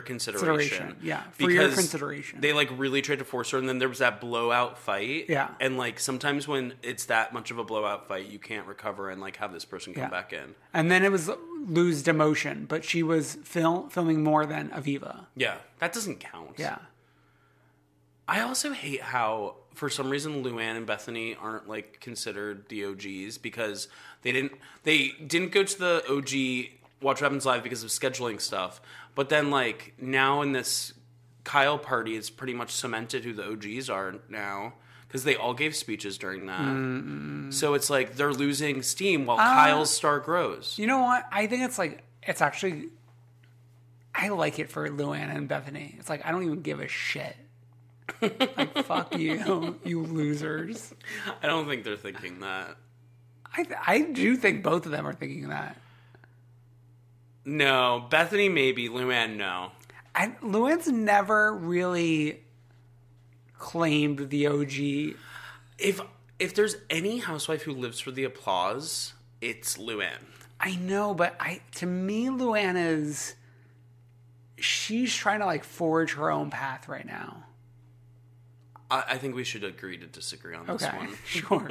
S1: Consideration,
S2: consideration.
S1: yeah, for your
S2: Because
S1: consideration.
S2: They like really tried to force her, and then there was that blowout fight.
S1: Yeah.
S2: and like sometimes when it's that much of a blowout fight, you can't recover and like have this person come
S1: Yeah.
S2: back in.
S1: And then it was Lou's demotion, but she was fil- filming more than Aviva.
S2: Yeah, that doesn't count.
S1: Yeah.
S2: I also hate how, for some reason, Luann and Bethany aren't like considered the OGs because they didn't they didn't go to the OG Watch What Happens Live because of scheduling stuff. But then, like now in this Kyle party, it's pretty much cemented who the OGs are now because they all gave speeches during that. So it's like they're losing steam while Kyle's star grows.
S1: You know what? I think it's like, it's actually, I like it for Luann and Bethany. It's like, I don't even give a shit. like, fuck you, you losers.
S2: I don't think they're thinking that.
S1: I, th- I do think both of them are thinking that.
S2: No, Bethany maybe, Luann no.
S1: I, Luann's never really claimed the OG.
S2: if if there's any housewife who lives for the applause, it's Luann.
S1: I know, but I to me, Luann is she's trying to like forge her own path right now.
S2: I, I think we should agree to disagree on this
S1: Okay,
S2: one.
S1: sure.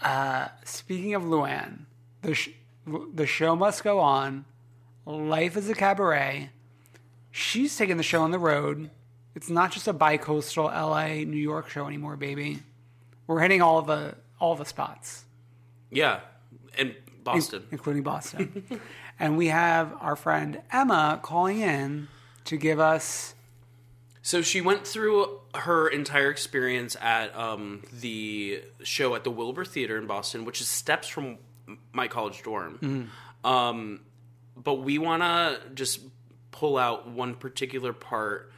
S1: uh, speaking of Luann, the sh- the show must go on. Life is a cabaret. She's taking the show on the road. It's not just a bi-coastal LA New York show anymore, baby. We're hitting all the all the spots.
S2: Yeah, and Boston.
S1: including Boston. and we have our friend Emma calling in to give us
S2: So she went through her entire experience at um, the show at the Wilbur Theater in Boston, which is steps from my college dorm. Um, but we want to just pull out one particular part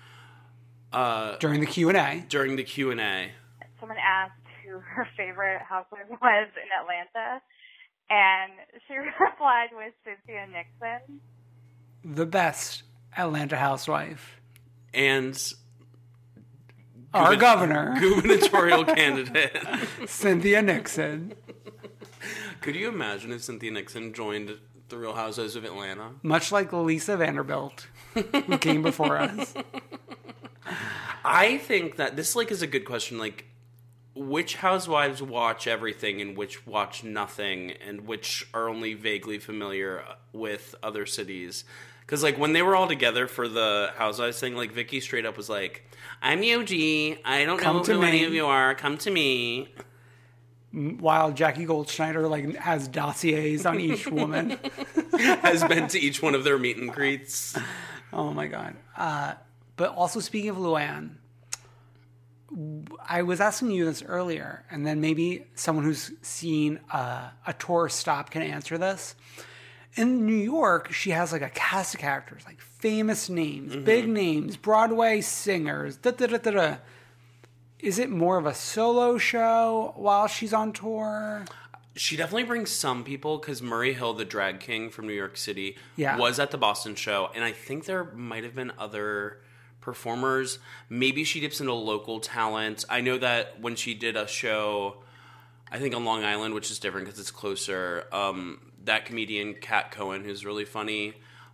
S2: uh,
S1: during the Q and A.
S2: during the Q and A.
S5: someone asked who her favorite housewife was in Atlanta, and she replied with Cynthia Nixon.
S1: The best Atlanta housewife,
S2: And
S1: our
S2: guberna-
S1: governor
S2: gubernatorial candidate.
S1: Cynthia Nixon,
S2: Could you imagine if Cynthia Nixon joined the Real Housewives of Atlanta?
S1: much like Lisa Vanderbilt, who came before us.
S2: I think that this like is a good question. Like, which housewives watch everything and which watch nothing, and which are only vaguely familiar with other cities? Because like when they were all together for the housewives thing, like Vicky straight up was like, "I'm the OG. I don't
S1: Come
S2: know
S1: to
S2: who any
S1: me."
S2: of you are. Come to me."
S1: While Jackie Goldschneider like has dossiers on each woman.
S2: Has been to each one of their meet and greets.
S1: Oh my god. Uh, but also speaking of Luann, I was asking you this earlier, and then maybe someone who's seen uh, a tourist stop can answer this. In New York, she has like a cast of characters, like famous names, big names, Broadway singers. Da, da, da, da, da. Is it more of a solo show while she's on tour?
S2: She definitely brings some people because Murray Hill, the drag king from New York City,
S1: Yeah.
S2: was at the Boston show, and I think there might have been other performers. Maybe she dips into local talent. I know that when she did a show, I think on Long Island, which is different because it's closer. Um, that comedian Kat Cohen, who's really funny,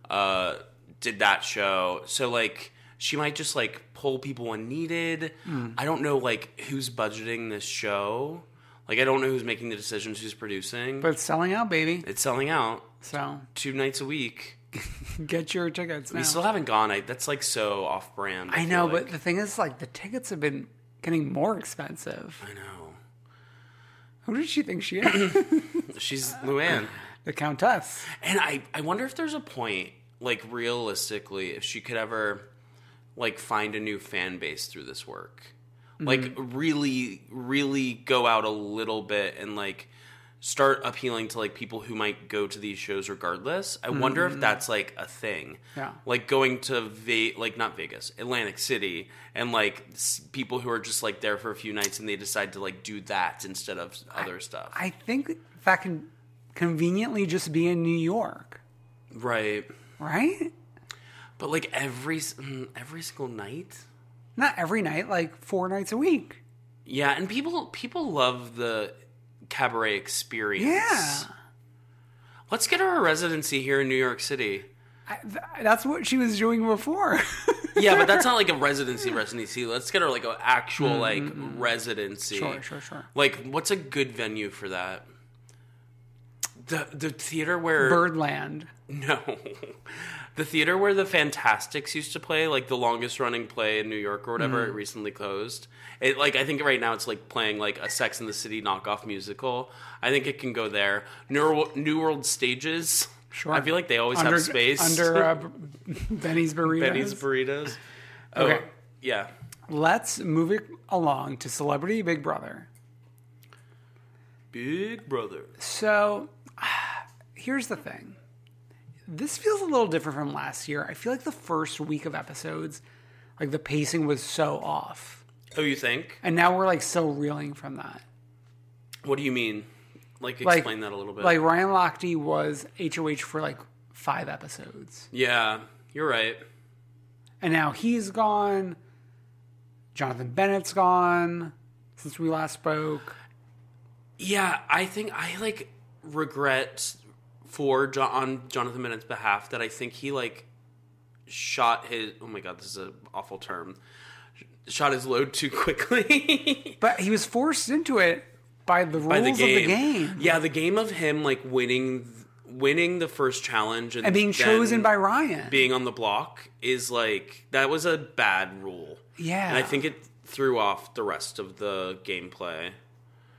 S2: uh, did that show. So like, she might just like pull people when needed.
S1: Hmm.
S2: I don't know like who's budgeting this show. Like, I don't know who's making the decisions, who's producing.
S1: But it's selling out, baby.
S2: it's selling out
S1: So
S2: two nights a week.
S1: get your tickets now.
S2: We still haven't gone. I, that's like so off brand.
S1: I know,
S2: feel
S1: but
S2: like.
S1: the thing is, like, the tickets have been getting more expensive.
S2: I know
S1: Who did she think she is?
S2: she's Luann,
S1: the Countess.
S2: and I I wonder if there's a point like realistically if she could ever like find a new fan base through this work,
S1: Mm-hmm.
S2: like really really go out a little bit and like start appealing to like people who might go to these shows regardless. I wonder if that's like a thing.
S1: Mm-hmm. Yeah.
S2: Like going to Ve- like not Vegas, Atlantic City and like s- people who are just like there for a few nights and they decide to like do that instead of s- other stuff.
S1: I think that can conveniently just be in New York,
S2: right.
S1: right?
S2: But like every s- mm, every single night.
S1: Not every night, like four nights a week.
S2: Yeah, and people people love the cabaret experience.
S1: Yeah.
S2: Let's get her a residency here in New York City.
S1: I, th- that's what she was doing before.
S2: Yeah, but that's not like a residency residency. Let's get her like an actual like
S1: Mm, mm, mm.
S2: residency.
S1: Sure, sure, sure.
S2: Like what's a good venue for that? The the theater where
S1: Birdland.
S2: No. The theater where the Fantastics used to play, like the longest running play in New York or whatever,
S1: Mm.
S2: it recently closed. It like I think right now it's like playing like a Sex in the City knockoff musical. I think it can go there. New World, New World Stages.
S1: Sure.
S2: I feel like they always
S1: Under-
S2: have space
S1: under uh, b- Benny's burrito.
S2: Benny's burritos. Oh,
S1: Okay.
S2: Yeah.
S1: Let's move it along to Celebrity Big Brother.
S2: Big Brother.
S1: So here's the thing. This feels a little different from last year. I feel like the first week of episodes, like the pacing was so off.
S2: Oh, you think?
S1: And now we're like so reeling from that.
S2: What do you mean? Like
S1: Like-
S2: explain that a little bit.
S1: Like Ryan Lochte was HOH for like five episodes.
S2: yeah, you're right.
S1: And now he's gone. Jonathan Bennett's gone since we last spoke.
S2: Yeah, I think I like regret for jo- on Jonathan Bennett's behalf that I think he like shot his. Oh my god, this is an awful term. Shot his load too quickly.
S1: But he was forced into it by the rules
S2: by the game.
S1: of the game
S2: Yeah, the game of him like winning, winning the first challenge and,
S1: and being
S2: then
S1: chosen by Ryan.
S2: being on the block is like that was a bad rule.
S1: Yeah.
S2: and I think it threw off the rest of the gameplay.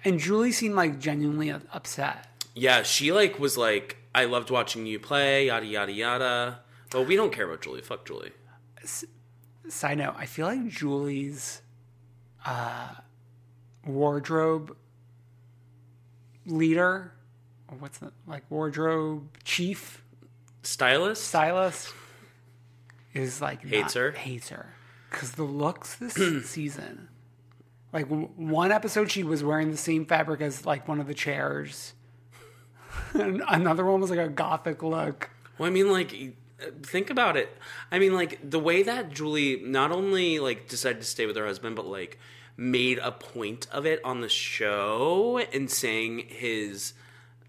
S1: And Julie seemed like genuinely upset.
S2: Yeah, she like was like, I loved watching you play, yada yada yada. But we don't care about Julie. Fuck Julie.
S1: Side note, I feel like Julie's uh, wardrobe leader, or what's that, like wardrobe chief,
S2: Stylist
S1: stylist, is like
S2: hates
S1: not-
S2: her.
S1: Hates her. Because the looks this season, like w- one episode she was wearing the same fabric as like one of the chairs. And Another one was like a gothic look.
S2: Well, I mean, like, y- uh, think about it. I mean, like, the way that Julie not only like decided to stay with her husband, but like made a point of it on the show and saying his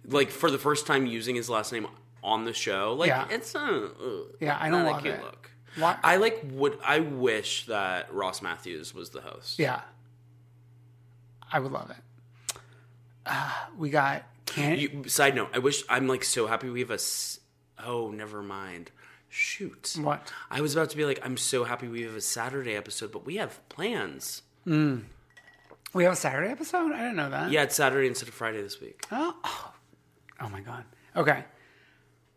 S2: like for the first time using his last name on the show. Like,
S1: Yeah.
S2: it's uh, uh,
S1: Yeah, I don't
S2: not a
S1: love
S2: cute
S1: it.
S2: look.
S1: Why-
S2: I like would I wish that Ross Matthews was the host.
S1: Yeah. I would love it. Uh, we got can
S2: You, side note, I wish I'm like so happy we have a. s- Oh, never mind. Shoot.
S1: What?
S2: I was about to be like, I'm so happy we have a Saturday episode, but we have plans.
S1: Mm. we have a Saturday episode? I didn't know that.
S2: Yeah, it's Saturday instead of Friday this week.
S1: Oh, oh, oh my god. Okay.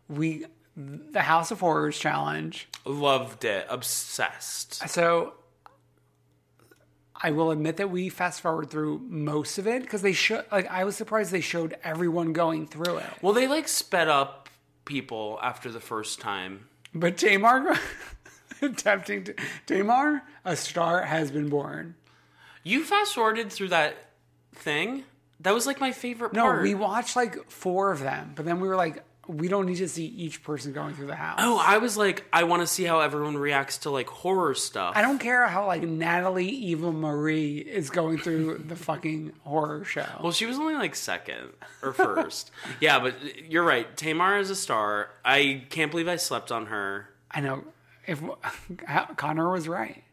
S1: We the House of Horrors challenge.
S2: Loved it. Obsessed.
S1: So I will admit that we fast forward through most of it because they show like I was surprised they showed everyone going through it.
S2: Well, they like sped up people after the first time.
S1: But Tamar attempting to Tamar, a star has been born.
S2: You fast forwarded through that thing. That was like my favorite
S1: No,
S2: part.
S1: we watched like four of them, but then we were like, we don't need to see each person going through the house.
S2: Oh, I was like, I want to see how everyone reacts to like horror stuff.
S1: I don't care how like Natalie Eva Marie is going through the fucking horror show.
S2: Well, she was only like second or first. yeah, but you're right. Tamar is a star. I can't believe I slept on her.
S1: I know if Connor was right.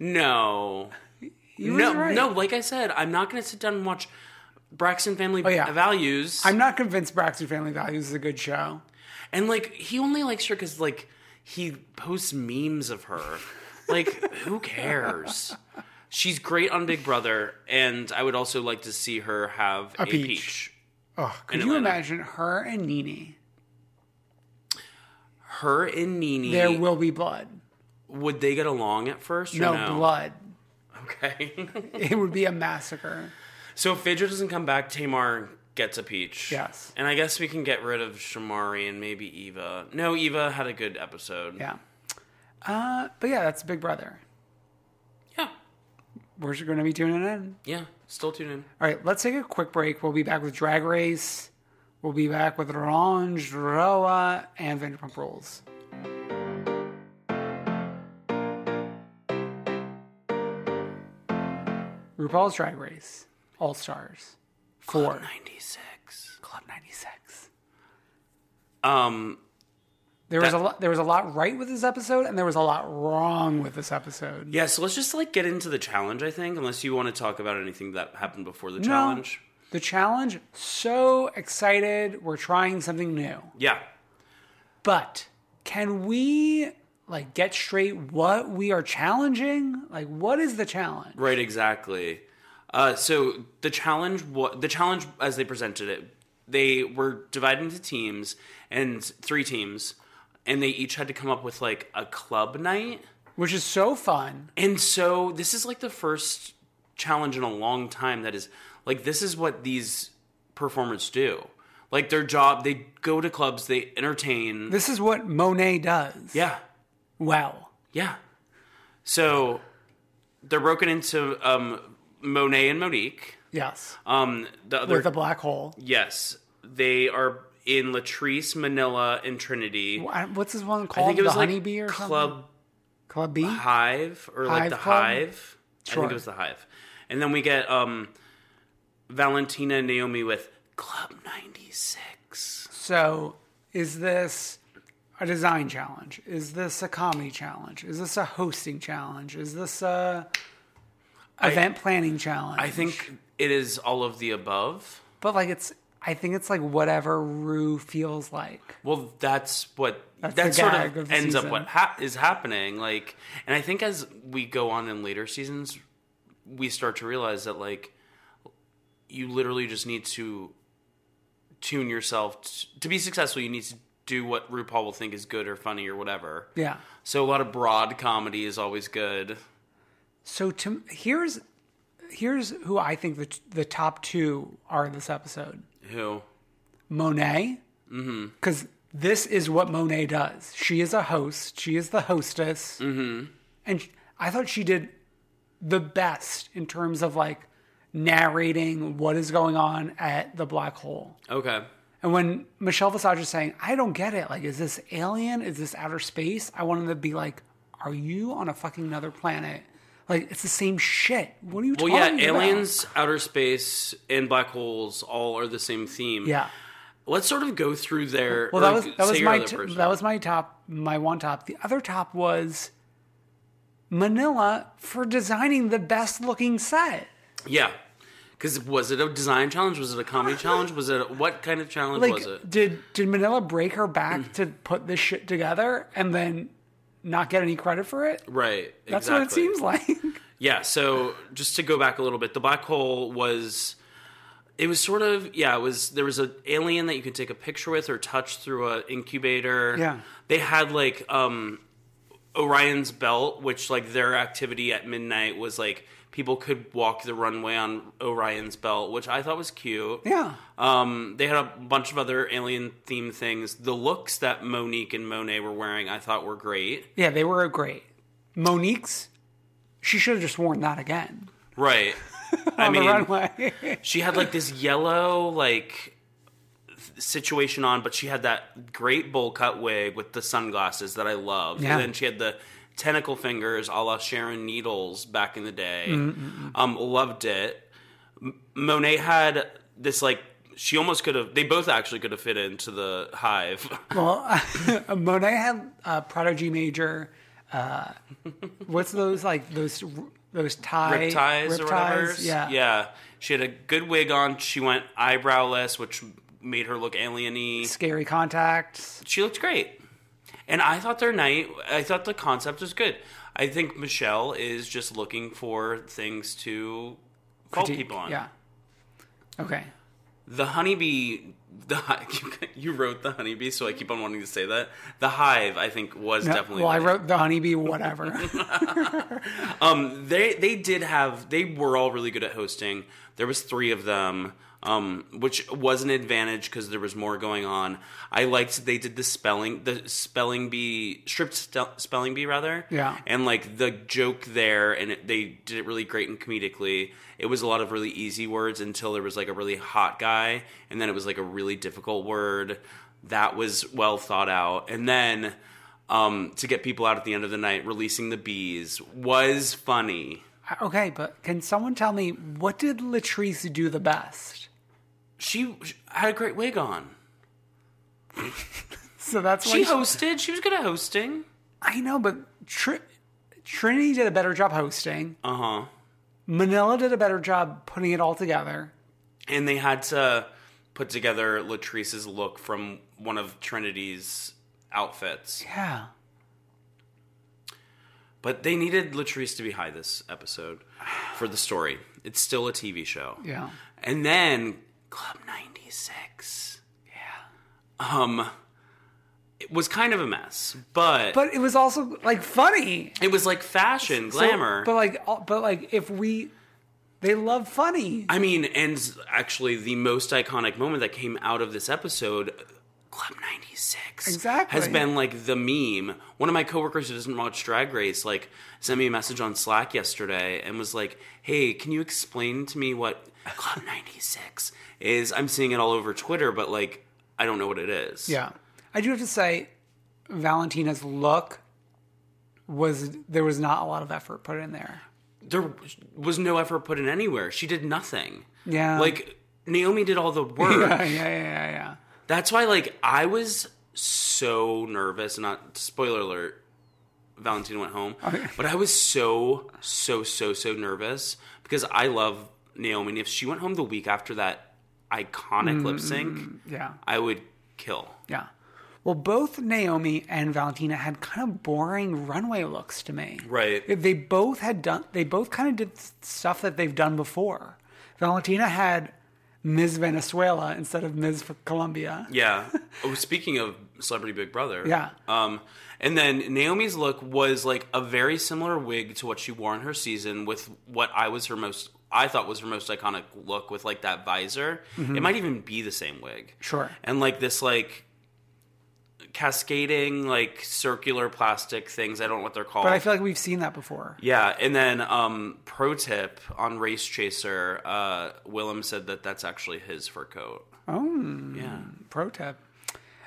S2: No.
S1: He was
S2: no,
S1: right.
S2: no, like I said, I'm not going to sit down and watch Braxton Family
S1: Oh, yeah.
S2: Values.
S1: I'm not convinced Braxton Family Values is a good show.
S2: and like, he only likes her because like he posts memes of her. Like, who cares? She's great on Big Brother, and I would also like to see her have
S1: A
S2: a,
S1: peach.
S2: peach.
S1: Oh, could
S2: In
S1: you
S2: Atlanta.
S1: imagine her and Nini?
S2: Her and Nini,
S1: There will be blood.
S2: would they get along at first? or
S1: No,
S2: no
S1: blood.
S2: Okay.
S1: It would be a massacre.
S2: So if Phaedra doesn't come back, Tamar gets a peach.
S1: Yes.
S2: And I guess we can get rid of Shamari and maybe Eva. No, Eva had a good episode.
S1: Yeah. Uh, but yeah, that's Big Brother.
S2: Yeah.
S1: We're going to be tuning in.
S2: Yeah. Still tune in.
S1: All right, let's take a quick break. We'll be back with Drag Race. We'll be back with Orange Roa and Vanderpump Rules. RuPaul's Drag Race All Stars Four.
S2: Club 96.
S1: Club 96.
S2: Um,
S1: There was
S2: That-
S1: a lot. There was a lot right with this episode, and there was a lot wrong with this episode.
S2: yeah, so let's just like get into the challenge, I think, unless you want to talk about anything that happened before the
S1: No.
S2: challenge.
S1: The challenge. So excited. We're trying something new.
S2: Yeah.
S1: But can we like get straight what we are challenging? Like, what is the challenge?
S2: Right, exactly. Uh, so the challenge, wa- the challenge as they presented it, they were divided into teams and three teams, and they each had to come up with like a club night,
S1: which is so fun.
S2: And so this is like the first challenge in a long time that is like this is what these performers do. Like their job, they go to clubs, they entertain.
S1: This is what Monet does.
S2: Yeah.
S1: Well,
S2: Yeah. So they're broken into um, Monet and Monique.
S1: yes,
S2: Um, the other
S1: with a black hole.
S2: Yes, they are in Latrice, Manila, and Trinity.
S1: Wha- What's this one called? the
S2: like,
S1: honeybee or something?
S2: Club
S1: Club B.
S2: Hive or like
S1: Hive
S2: the
S1: Club?
S2: Hive. I
S1: Sure.
S2: think it was the Hive. And then we get um, Valentina and Naomi with Club 96.
S1: So, is this a design challenge? Is this a comedy challenge? Is this a hosting challenge? Is this a event planning challenge?
S2: I think it is all of the above.
S1: but like it's, I think it's like whatever Rue feels like.
S2: Well, that's what
S1: That's the
S2: that sort
S1: gag
S2: of,
S1: of the
S2: ends
S1: season.
S2: up what ha- is happening. Like, and I think as we go on in later seasons, we start to realize that like you literally just need to tune yourself t- to be successful. You need to do what RuPaul will think is good or funny or whatever.
S1: Yeah.
S2: So a lot of broad comedy is always good.
S1: So to here's here's who I think the the top two are in this episode.
S2: Who?
S1: Monet, because this is what Monet does. She is a host. She is the hostess, mm-hmm. and sh- I thought she did the best in terms of like narrating what is going on at the black hole.
S2: Okay.
S1: And when Michelle Visage is saying, "I don't get it. Like, is this alien? Is this outer space?" I wanted to be like, "Are you on a fucking another planet?" Like, it's the same shit. What are you
S2: Well, yeah,
S1: talking about?
S2: aliens, outer space, and black holes all are the same theme.
S1: Yeah.
S2: Let's sort of go through their.
S1: Well, that
S2: or
S1: was
S2: say
S1: that was
S2: your
S1: my
S2: other
S1: t-
S2: person.
S1: that was my top my one top. The other top was Manila for designing the best looking set.
S2: Yeah. Because was it a design challenge? Was it a comedy challenge? Was it a, what kind of challenge
S1: Like,
S2: was it?
S1: did did Manila break her back to put this shit together and then not get any credit for it?
S2: Right.
S1: That's
S2: exactly.
S1: what it seems like.
S2: Yeah. So just to go back a little bit, the black hole was. It was sort of yeah. It was there was an alien that you could take a picture with or touch through an incubator.
S1: Yeah.
S2: They had like um, Orion's belt, which like their activity at midnight was like people could walk the runway on Orion's belt, which I thought was cute.
S1: yeah.
S2: Um, they had a bunch of other alien themed things. The looks that Monique and Monet were wearing, I thought were great.
S1: Yeah, they were great. Monique's she should have just worn that again.
S2: Right. I
S1: on
S2: mean,
S1: the runway.
S2: she had like this yellow like th- situation on, but she had that great bowl cut wig with the sunglasses that I love.
S1: Yeah.
S2: And then she had the tentacle fingers, a la Sharon Needles back in the day.
S1: Mm,
S2: Um, loved it. M- Monet had this like. She almost could have. They both actually could have fit into the hive.
S1: Well, Monet had uh, Prodigy Major. Uh, what's those like those those tie
S2: rip ties or whatever.
S1: ties? Yeah,
S2: yeah. She had a good wig on. She went eyebrowless, which made her look alieny.
S1: Scary contacts.
S2: She looked great, and I thought their night. I thought the concept was good. I think Michelle is just looking for things to fault
S1: Critique,
S2: people on.
S1: Yeah. Okay.
S2: The honeybee. The hi- you wrote the honeybee, so I keep on wanting to say that. The hive, I think, was
S1: No,
S2: definitely.
S1: well, I
S2: the-
S1: wrote the honeybee. Whatever.
S2: Um, they they did have they were all really good at hosting. There was three of them, um, which was an advantage because there was more going on. I liked that they did the spelling the spelling bee stripped stel- spelling bee rather.
S1: Yeah.
S2: and like the joke there, and it, they did it really great and comedically. It was a lot of really easy words until there was like a really hot guy, and then it was like a really difficult word that was well thought out, and then um, to get people out at the end of the night, releasing the bees was funny.
S1: Okay, but can someone tell me what did Latrice do the best?
S2: She, she had a great wig on.
S1: so that's
S2: she hosted. She was good at hosting.
S1: I know, but Tr- Trinity did a better job hosting.
S2: Uh huh.
S1: Manila did a better job putting it all together.
S2: And they had to put together Latrice's look from one of Trinity's outfits.
S1: Yeah.
S2: But they needed Latrice to be high this episode for the story. It's still a TV show.
S1: Yeah.
S2: And then Club 96. Yeah. Um it was kind of a mess, but
S1: But it was also like funny.
S2: it was like fashion, glamour.
S1: So- but like all- but like if we they love funny.
S2: I mean, and actually the most iconic moment that came out of this episode Club 96
S1: Exactly.
S2: has been like the meme. One of my coworkers who doesn't watch Drag Race like sent me a message on Slack yesterday and was like, "Hey, can you explain to me what Club 96 is? I'm seeing it all over Twitter, but like I don't know what it is."
S1: Yeah. I do have to say Valentina's look was there was not a lot of effort put in there.
S2: There was no effort put in anywhere. She did nothing.
S1: Yeah.
S2: Like Naomi did all the work.
S1: yeah, yeah, yeah, yeah.
S2: That's why, like, I was so nervous. Not spoiler alert. Valentina went home, but I was so, so, so, so nervous because I love Naomi. And if she went home the week after that iconic lip sync,
S1: Yeah.
S2: I would kill.
S1: Yeah. Well, both Naomi and Valentina had kind of boring runway looks to me.
S2: Right.
S1: They both had done. They both kind of did stuff that they've done before. Valentina had Ms. Venezuela instead of Ms. for Colombia.
S2: Yeah. oh, speaking of Celebrity Big Brother.
S1: Yeah.
S2: Um, and then Naomi's look was like a very similar wig to what she wore in her season, with what I was her most, I thought was her most iconic look, with like that visor. It might even be the same wig.
S1: Mm-hmm. Sure.
S2: And like this, like cascading, like circular plastic things. I don't know what they're called.
S1: But I feel like we've seen that before.
S2: Yeah, and then um, pro tip on Race Chaser, uh, Willem said that that's actually his fur coat.
S1: Oh,
S2: Yeah.
S1: pro tip.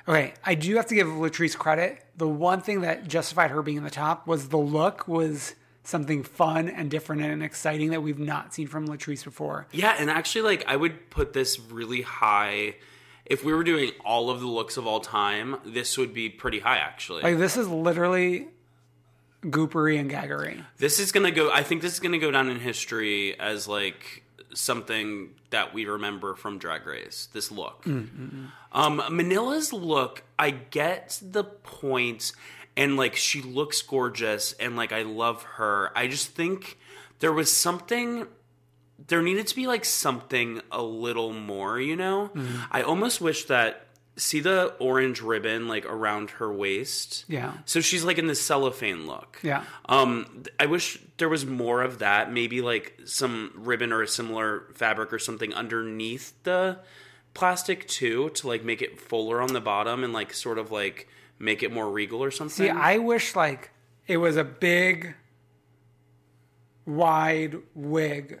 S1: Okay, I do have to give Latrice credit. The one thing that justified her being in the top was the look was something fun and different and exciting that we've not seen from Latrice before.
S2: Yeah, and actually, like, I would put this really high. If we were doing all of the looks of all time, this would be pretty high, actually.
S1: Like this is literally goopery and gaggery.
S2: this is gonna go. I think this is gonna go down in history as like something that we remember from Drag Race. This look, um, Manila's look. I get the point, and like she looks gorgeous, and like I love her. I just think there was something there needed to be like something a little more, you know? I almost wish that see the orange ribbon like around her waist.
S1: Yeah.
S2: So she's like in this cellophane look.
S1: Yeah.
S2: Um th- I wish there was more of that, maybe like some ribbon or a similar fabric or something underneath the plastic too to like make it fuller on the bottom and like sort of like make it more regal or something.
S1: See, I wish like it was a big, wide wig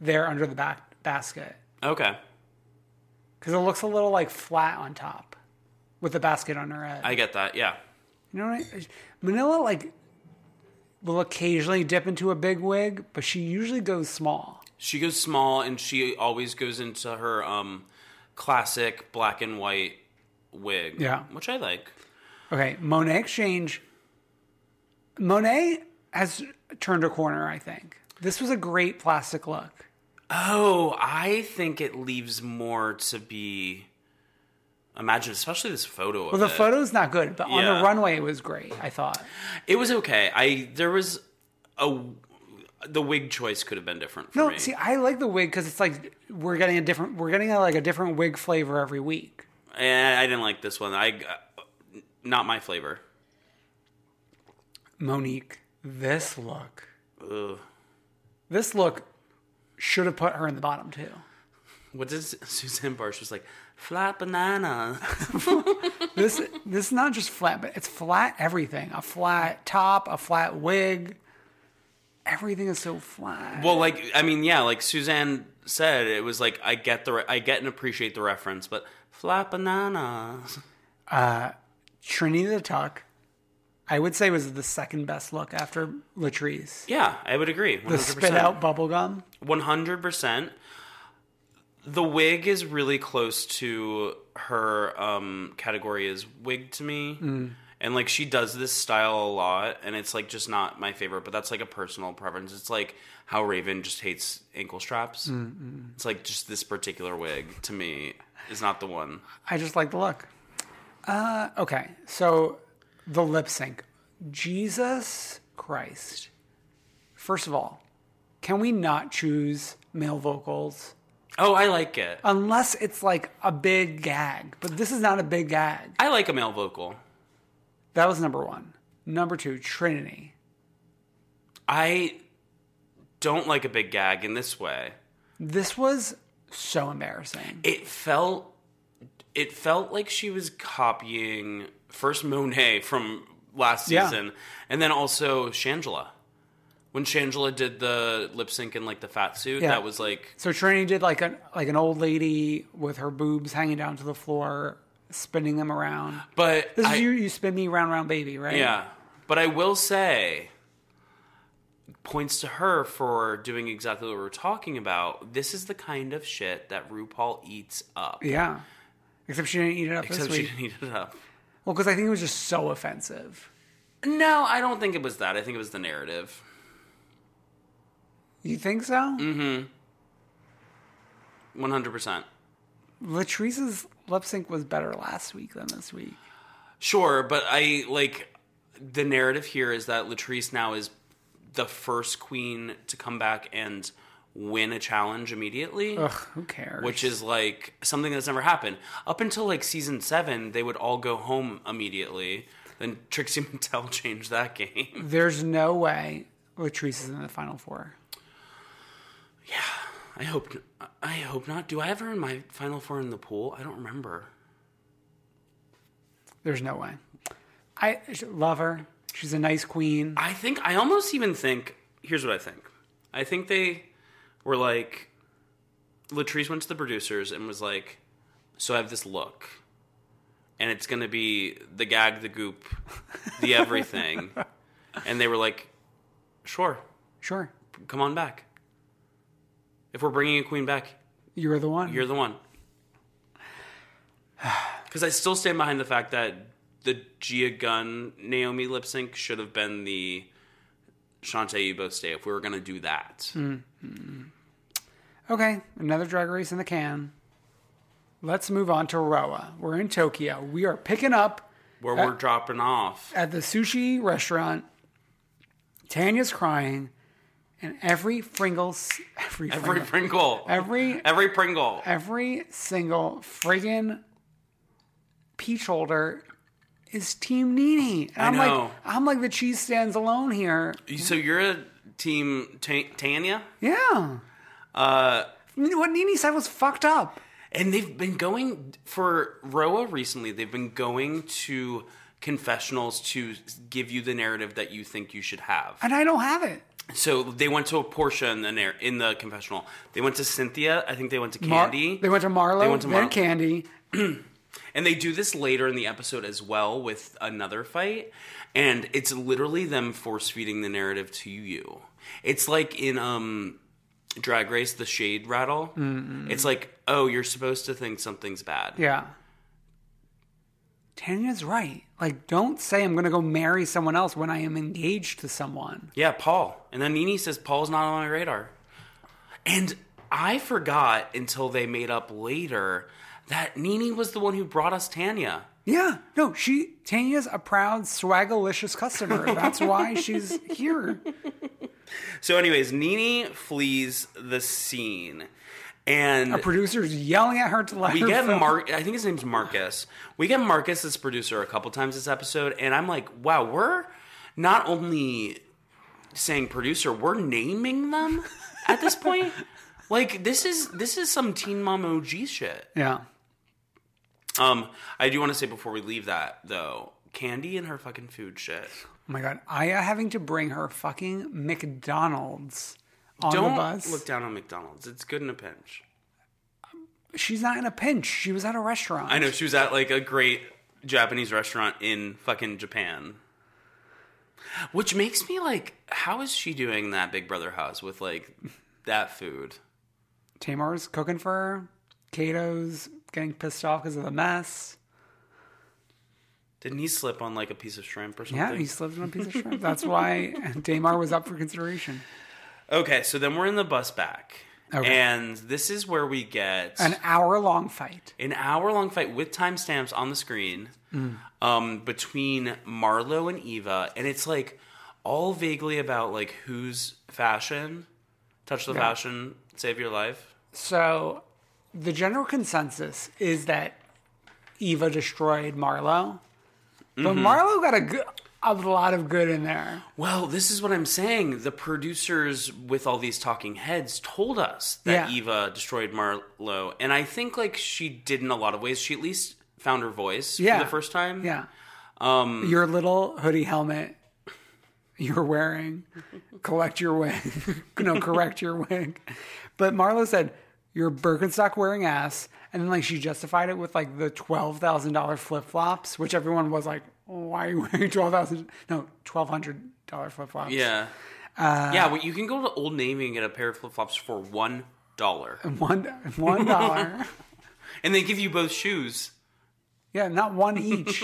S1: there under the back basket
S2: Okay.
S1: because it looks a little like flat on top with the basket on her head.
S2: I get that. Yeah.
S1: you know what? I, Manila like will occasionally dip into a big wig, but she usually goes small.
S2: She goes small, and she always goes into her um, classic black and white wig.
S1: Yeah.
S2: which I like.
S1: Okay, Monet Exchange. Monet has turned a corner, I think. This was a great plastic look.
S2: Oh, I think it leaves more to be imagined, especially this photo. of
S1: Well, the
S2: it.
S1: photo's not good, but on
S2: Yeah.
S1: the runway it was great, I thought.
S2: It was okay. I there was a the wig choice could have been different. For
S1: No,
S2: me.
S1: see, I like the wig because it's like we're getting a different, we're getting a, like a different wig flavor every week.
S2: And I didn't like this one. I uh, not my flavor.
S1: Monique, this look,
S2: Ugh.
S1: this look should have put her in the bottom too.
S2: What did Suzanne Barsh was like? Flat banana.
S1: This, this is not just flat, but it's flat everything. A flat top, a flat wig. Everything is so flat.
S2: Well, like I mean, yeah, like Suzanne said, it was like I get the re- I get and appreciate the reference, but flat bananas.
S1: Trinity the Tuck. I would say was the second best look after Latrice.
S2: Yeah, I would agree. 100%.
S1: The spit out bubble gum.
S2: One hundred percent. The wig is really close to her um, category as wig to me,
S1: Mm.
S2: and like she does this style a lot, and it's like just not my favorite. But that's like a personal preference. It's like how Raven just hates ankle straps.
S1: Mm-mm.
S2: It's like just this particular wig to me is not the one.
S1: I just like the look. Uh, okay, so the lip sync. Jesus Christ. First of all, can we not choose male vocals?
S2: Oh, I like it.
S1: Unless it's like a big gag, but this is not a big gag.
S2: I like a male vocal.
S1: That was number one. Number two, Trinity.
S2: I don't like a big gag in this way.
S1: This was so embarrassing.
S2: It felt it felt like she was copying first Monet from last
S1: Yeah.
S2: season and then also Shangela. When Shangela did the lip sync in like the fat suit,
S1: Yeah.
S2: that was like
S1: So Trinity did like an like an old lady with her boobs hanging down to the floor, spinning them around.
S2: but
S1: This
S2: I-
S1: is you you spin me round round baby, right?
S2: Yeah. But I will say points to her for doing exactly what we were talking about. This is the kind of shit that RuPaul eats up.
S1: Yeah. Except she didn't eat it up
S2: Except
S1: this
S2: she
S1: week.
S2: didn't eat it up.
S1: Well, because I think it was just so offensive.
S2: No, I don't think it was that. I think it was the narrative.
S1: You think so?
S2: Mm-hmm. One hundred percent.
S1: Latrice's lip sync was better last week than this week.
S2: Sure, but I like the narrative here is that Latrice now is the first queen to come back and win a challenge immediately.
S1: Ugh, who cares?
S2: Which is like something that's never happened. Up until like season seven, they would all go home immediately. Then Trixie Mattel changed that game.
S1: There's no way Latrice is in the final four.
S2: I hope. I hope not. Do I have her in my final four in the pool? I don't remember.
S1: There's no way. I love her. She's a nice queen.
S2: I think I almost even think here's what I think. I think they were like Latrice went to the producers and was like, So I have this look. And it's gonna be the gag, the goop, the everything. and they were like, Sure,
S1: Sure.
S2: come on back. If we're bringing a queen back,
S1: You're the one.
S2: you're the one. Because I still stand behind the fact that the Gia Gunn Naomi lip sync should have been the Shantae Ebo stay if we were going to do that.
S1: Mm. Okay, another drag race in the can. Let's move on to Roa. We're in Tokyo. We are picking up
S2: Where
S1: Uh,
S2: we're dropping off.
S1: at the sushi restaurant. Tanya's crying, and every Pringles, every
S2: Every
S1: Pringle,
S2: Pringle.
S1: every
S2: Every Pringle.
S1: every single friggin' peach holder is Team Nini. And
S2: I
S1: I'm like,
S2: know.
S1: I'm like the cheese stands alone here.
S2: So you're a team Ta- Tanya?
S1: Yeah,
S2: Uh,
S1: what Nini said was fucked up.
S2: And they've been going for Roa recently. They've been going to confessionals to give you the narrative that you think you should have.
S1: and I don't have it.
S2: So they went to Portia in the nar- in the confessional. They went to Cynthia. I think they went to
S1: Mar-
S2: Candy.
S1: they went to Marlo.
S2: They went to
S1: then
S2: Marlo.
S1: Candy.
S2: and they do this later in the episode as well with another fight, and it's literally them force feeding the narrative to you. It's like in um, Drag Race, the shade rattle.
S1: Mm-mm.
S2: It's like, oh, you're supposed to think something's bad.
S1: Mm-hmm. Yeah. Tanya's right. Like, don't say I'm going to go marry someone else when I am engaged to someone.
S2: Yeah, Paul. And then Nini says Paul's not on my radar. And I forgot until they made up later that Nini was the one who brought us Tanya.
S1: Yeah. No, she, Tanya's a proud, swagalicious customer. That's why she's here.
S2: So, anyways, Nini flees the scene. And
S1: A producer's yelling at her to let
S2: we
S1: her
S2: get
S1: film.
S2: Mark. I think his name's Marcus. We get Marcus as producer a couple times this episode, and I'm like, wow, we're not only saying producer, we're naming them at this point. like this is this is some Teen Mom OG shit.
S1: Yeah.
S2: Um, I do want to say before we leave that though, Candy and her fucking food shit.
S1: Oh my God. Aya having to bring her fucking McDonald's on the
S2: Don't
S1: bus.
S2: look down on McDonald's. It's good in a pinch.
S1: She's not in a pinch. She was at a restaurant.
S2: I know she was at like a great Japanese restaurant in fucking Japan. Which makes me like, how is she doing that Big Brother house with like that food?
S1: Tamar's cooking for her. Kato's getting pissed off because of the mess.
S2: Didn't he slip on like a piece of shrimp or something?
S1: Yeah, he slipped on a piece of shrimp. That's why Damar was up for consideration.
S2: Okay, so then we're in the bus back.
S1: Okay.
S2: And this is where we get
S1: An hour long fight.
S2: an hour long fight with timestamps on the screen
S1: Mm.
S2: um, between Marlo and Eva. And it's like all vaguely about like whose fashion, touch the
S1: Yeah.
S2: fashion, save your life.
S1: So, the general consensus is that Eva destroyed Marlo, but
S2: Mhm.
S1: Marlo got a, good, a lot of good in there.
S2: Well, this is what I'm saying. The producers with all these talking heads told us that
S1: Yeah.
S2: Eva destroyed Marlo. And I think like she did in a lot of ways. She at least found her voice
S1: Yeah.
S2: for the first time.
S1: Yeah.
S2: Um,
S1: Your little hoodie helmet you're wearing, collect your wig. no, correct your wig. But Marlo said, your Birkenstock wearing ass. And then, like, she justified it with, like, the $12,000 flip flops, which everyone was like, why are you wearing 12000 No, $1,200 flip flops.
S2: Yeah.
S1: Uh,
S2: yeah, well, you can go to Old Navy and get a pair of flip flops for one dollar,
S1: One, one dollar.
S2: and they give you both shoes.
S1: yeah, not one each.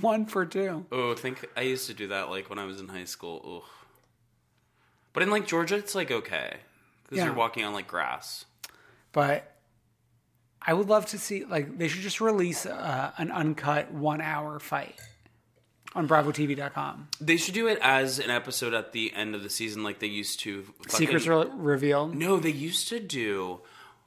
S1: one for two.
S2: Oh, I think I used to do that like when I was in high school. Ugh. But in like Georgia, it's like okay because
S1: Yeah.
S2: you're walking on like grass.
S1: But I would love to see, like, they should just release uh, an uncut one hour fight on BravoTV.com.
S2: They should do it as an episode at the end of the season, like they used to. fucking-
S1: Secrets re- revealed.
S2: No, they used to do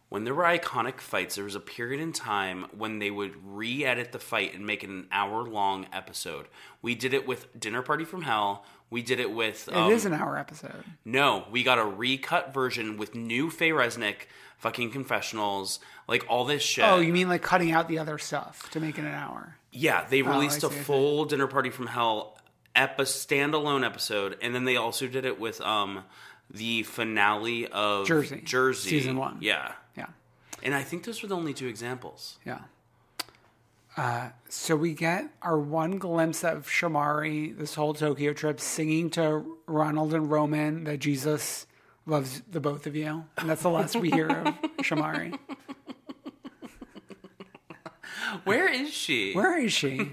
S2: when there were iconic fights. There was a period in time when they would re-edit the fight and make it an hour-long episode. We did it with Dinner Party from Hell. We did it with. um,
S1: it is an hour episode.
S2: No, we got a recut version with new Faye Resnick, fucking confessionals, like all this shit.
S1: Oh, you mean like cutting out the other stuff to make it an hour?
S2: Yeah, they
S1: Oh, I
S2: released
S1: see,
S2: a
S1: I see.
S2: full dinner party from hell epi- standalone episode, and then they also did it with um the finale of
S1: Jersey.
S2: Jersey
S1: Season one.
S2: Yeah,
S1: yeah.
S2: And I think those were the only two examples.
S1: Yeah. Uh, so we get our one glimpse of Shamari this whole Tokyo trip singing to Ronald and Roman that Jesus loves the both of you. And that's the last we hear of Shamari.
S2: Where is she?
S1: Where is she?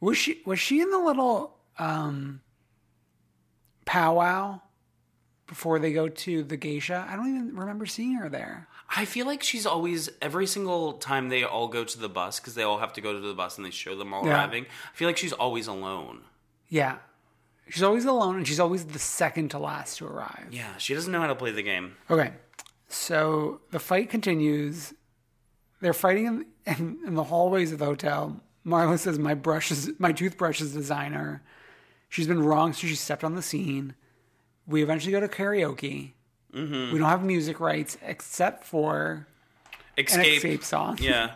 S1: Was she was she in the little um powwow before they go to the geisha? I don't even remember seeing her there.
S2: I feel like she's always every single time they all go to the bus because they all have to go to the bus and they show them all
S1: Yeah.
S2: arriving. I feel like she's always alone.
S1: Yeah. She's always alone and she's always the second to last to arrive.
S2: Yeah, she doesn't know how to play the game.
S1: Okay. So the fight continues. They're fighting in, in, in the hallways of the hotel. Marlo says, "My brush is my toothbrush is designer." She's been wrong, so she stepped on the scene. We eventually go to karaoke.
S2: Mhm.
S1: We don't have music rights except for
S2: escape,
S1: an escape song.
S2: yeah.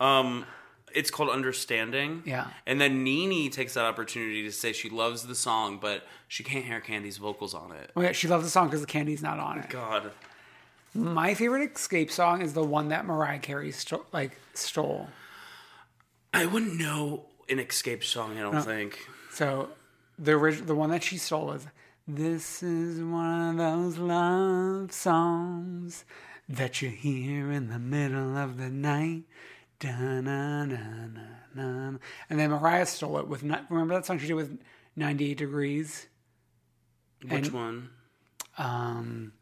S2: Um, it's called Understanding.
S1: Yeah.
S2: And then Nini takes that opportunity to say she loves the song, but she can't hear Candy's vocals on it.
S1: Oh, yeah, she loves the song because the candy's not on it.
S2: God.
S1: My favorite escape song is the one that Mariah Carey sto- like stole.
S2: I wouldn't know an escape song, I don't
S1: No.
S2: think.
S1: So the orig- the one that she stole is This is one of those love songs that you hear in the middle of the night. Da-na-na-na-na. And then Mariah stole it with ni- remember that song she did with 98 degrees?
S2: Which
S1: And-
S2: one?
S1: Um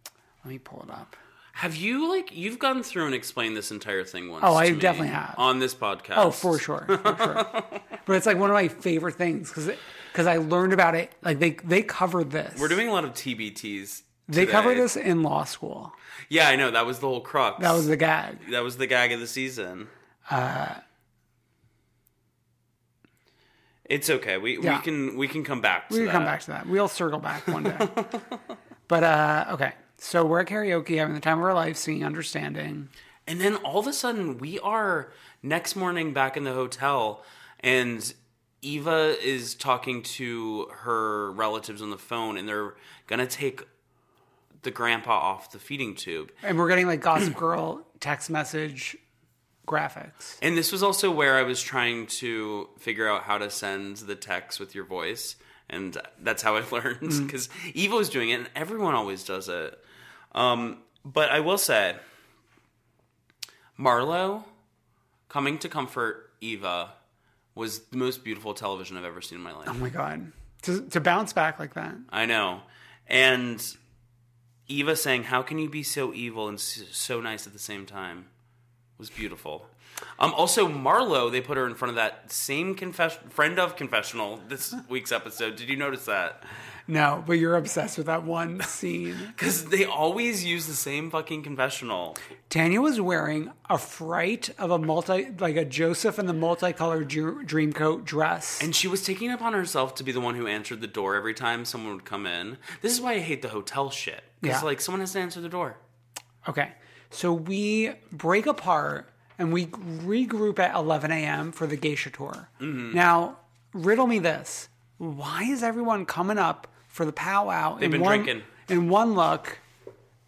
S1: let me pull it up.
S2: Have you like you've gone through and explained this entire thing once?
S1: Oh, I
S2: to me
S1: definitely have.
S2: On this podcast.
S1: Oh, for sure. For sure. but it's like one of my favorite things cuz cuz I learned about it like they they covered this.
S2: We're doing a lot of TBTs.
S1: they covered
S2: today.
S1: this in law school.
S2: Yeah, I know. That was the whole crux.
S1: That was the gag.
S2: that was the gag of the season.
S1: Uh,
S2: It's okay. We
S1: Yeah.
S2: we can we can come back to
S1: we can
S2: that.
S1: come back to that. We'll circle back one day. but uh, okay, so we're at karaoke, having the time of our life, singing "Understanding."
S2: And then all of a sudden, we are next morning back in the hotel, and Eva is talking to her relatives on the phone, and they're gonna take the grandpa off the feeding tube.
S1: And we're getting like Gossip Girl text message graphics.
S2: And this was also where I was trying to figure out how to send the text with your voice. and that's how I learned because Eva was doing it, and everyone always does it. Um, but I will say, Marlowe coming to comfort Eva was the most beautiful television I've ever seen in my life.
S1: Oh my god. To to bounce back like that.
S2: I know. And Eva saying, "How can you be so evil and s- so nice at the same time?" was beautiful. Um, also, Marlo, they put her in front of that same confess- friend of confessional this week's episode. Did you notice that?
S1: No, but you're obsessed with that one scene.
S2: Because they always use the same fucking confessional.
S1: Tanya was wearing a fright of a multi, like a Joseph in the multicolored ju- dream coat dress.
S2: And she was taking it upon herself to be the one who answered the door every time someone would come in. This is why I hate the hotel shit. Because,
S1: Yeah.
S2: like, someone has to answer the door.
S1: Okay, so we break apart and we regroup at 11 a.m. for the Geisha tour.
S2: Mhm.
S1: Now, riddle me this: Why is everyone coming up for the powwow?
S2: They've
S1: in
S2: been
S1: one,
S2: drinking.
S1: in one look,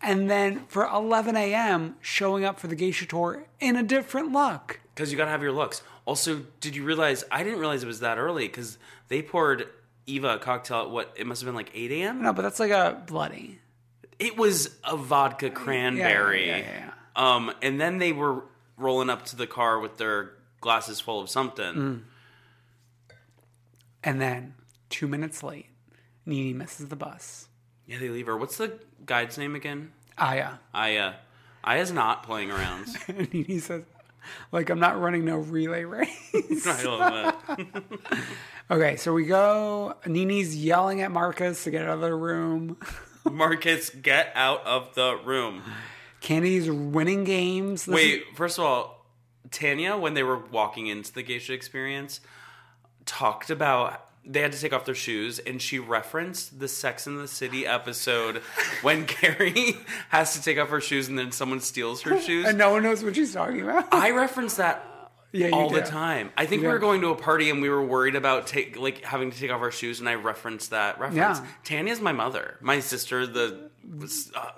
S1: and then for 11 a.m. showing up for the Geisha tour in a different look.
S2: Because you gotta have your looks. Also, did you realize? I didn't realize it was that early because they poured Eva a cocktail at what? It must have been like 8 a.m.?
S1: No, but that's like a bloody.
S2: It was a vodka cranberry.
S1: yeah, yeah,
S2: Um, and then they were rolling up to the car with their glasses full of something.
S1: Mm. And then two minutes late, Nene misses the bus.
S2: Yeah, they leave her. What's the guide's name again?
S1: Aya.
S2: Aya. Aya's not playing around.
S1: And Nene says, like, I'm not running no relay race.
S2: I love that.
S1: okay, so we go. Nene's yelling at Marcus to get out of the room.
S2: Marcus, get out of the room.
S1: Candy's winning games. This
S2: Wait,
S1: is-
S2: first of all, Tanya, when they were walking into the geisha experience, talked about they had to take off their shoes, and she referenced the Sex in the City episode when Carrie has to take off her shoes and then someone steals her shoes.
S1: and no one knows what she's talking about.
S2: I reference that
S1: Yeah, you
S2: all the
S1: do.
S2: time. I think
S1: You
S2: we were
S1: do.
S2: going to a party and we were worried about take, like having to take off our shoes, and I referenced that reference.
S1: Yeah.
S2: Tanya's my mother, my sister, the uh,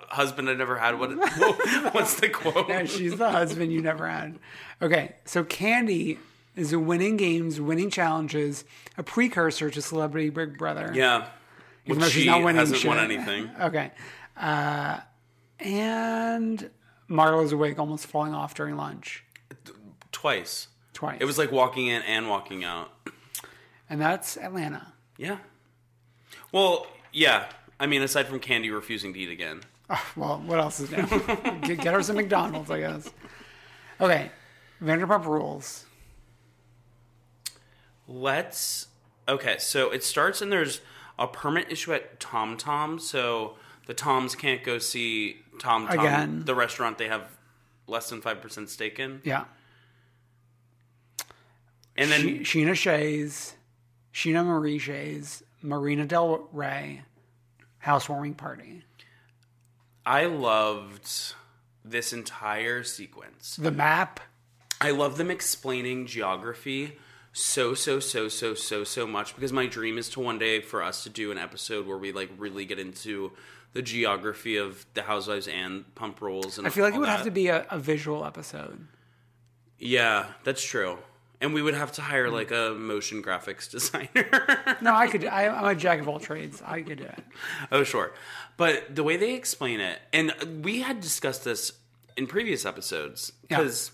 S2: husband I never had. What, what's the quote?
S1: Yeah, she's the husband you never had. Okay, so Candy is winning games, winning challenges, a precursor to Celebrity Big Brother.
S2: Yeah.
S1: Even
S2: Which
S1: though she's
S2: she
S1: not winning
S2: hasn't won
S1: shit.
S2: anything.
S1: Okay. Uh, and Marlo's awake, almost falling off during lunch.
S2: Twice.
S1: Twice.
S2: It was like walking in and walking out.
S1: And that's Atlanta.
S2: Yeah. Well, yeah. I mean, aside from Candy refusing to eat again.
S1: Ah, well, what else is new? get, get her some McDonald's, I guess. Okay. Vanderpump Rules.
S2: Let's. Okay, so it starts and there's a permit issue at Tom Tom, so the Toms can't go see Tom Tom,
S1: Again.
S2: the restaurant they have less than 5% stake in.
S1: Yeah.
S2: And then
S1: She- Sheena Shays, Sheena Marie Shays, Marina Del Rey, housewarming party.
S2: I loved this entire sequence.
S1: The map.
S2: I love them explaining geography so so so so so so much because my dream is to one day for us to do an episode where we like really get into the geography of the housewives and pump rolls and
S1: I feel like it
S2: all
S1: would have
S2: that.
S1: to be a, a visual episode.
S2: Yeah, that's true. And we would have to
S1: Mm.
S2: hire like a motion graphics designer.
S1: No, I could. I, I'm a jack of all trades. I could do it.
S2: oh, sure. But the way they explain it, and we had discussed this in previous episodes
S1: Yeah.
S2: because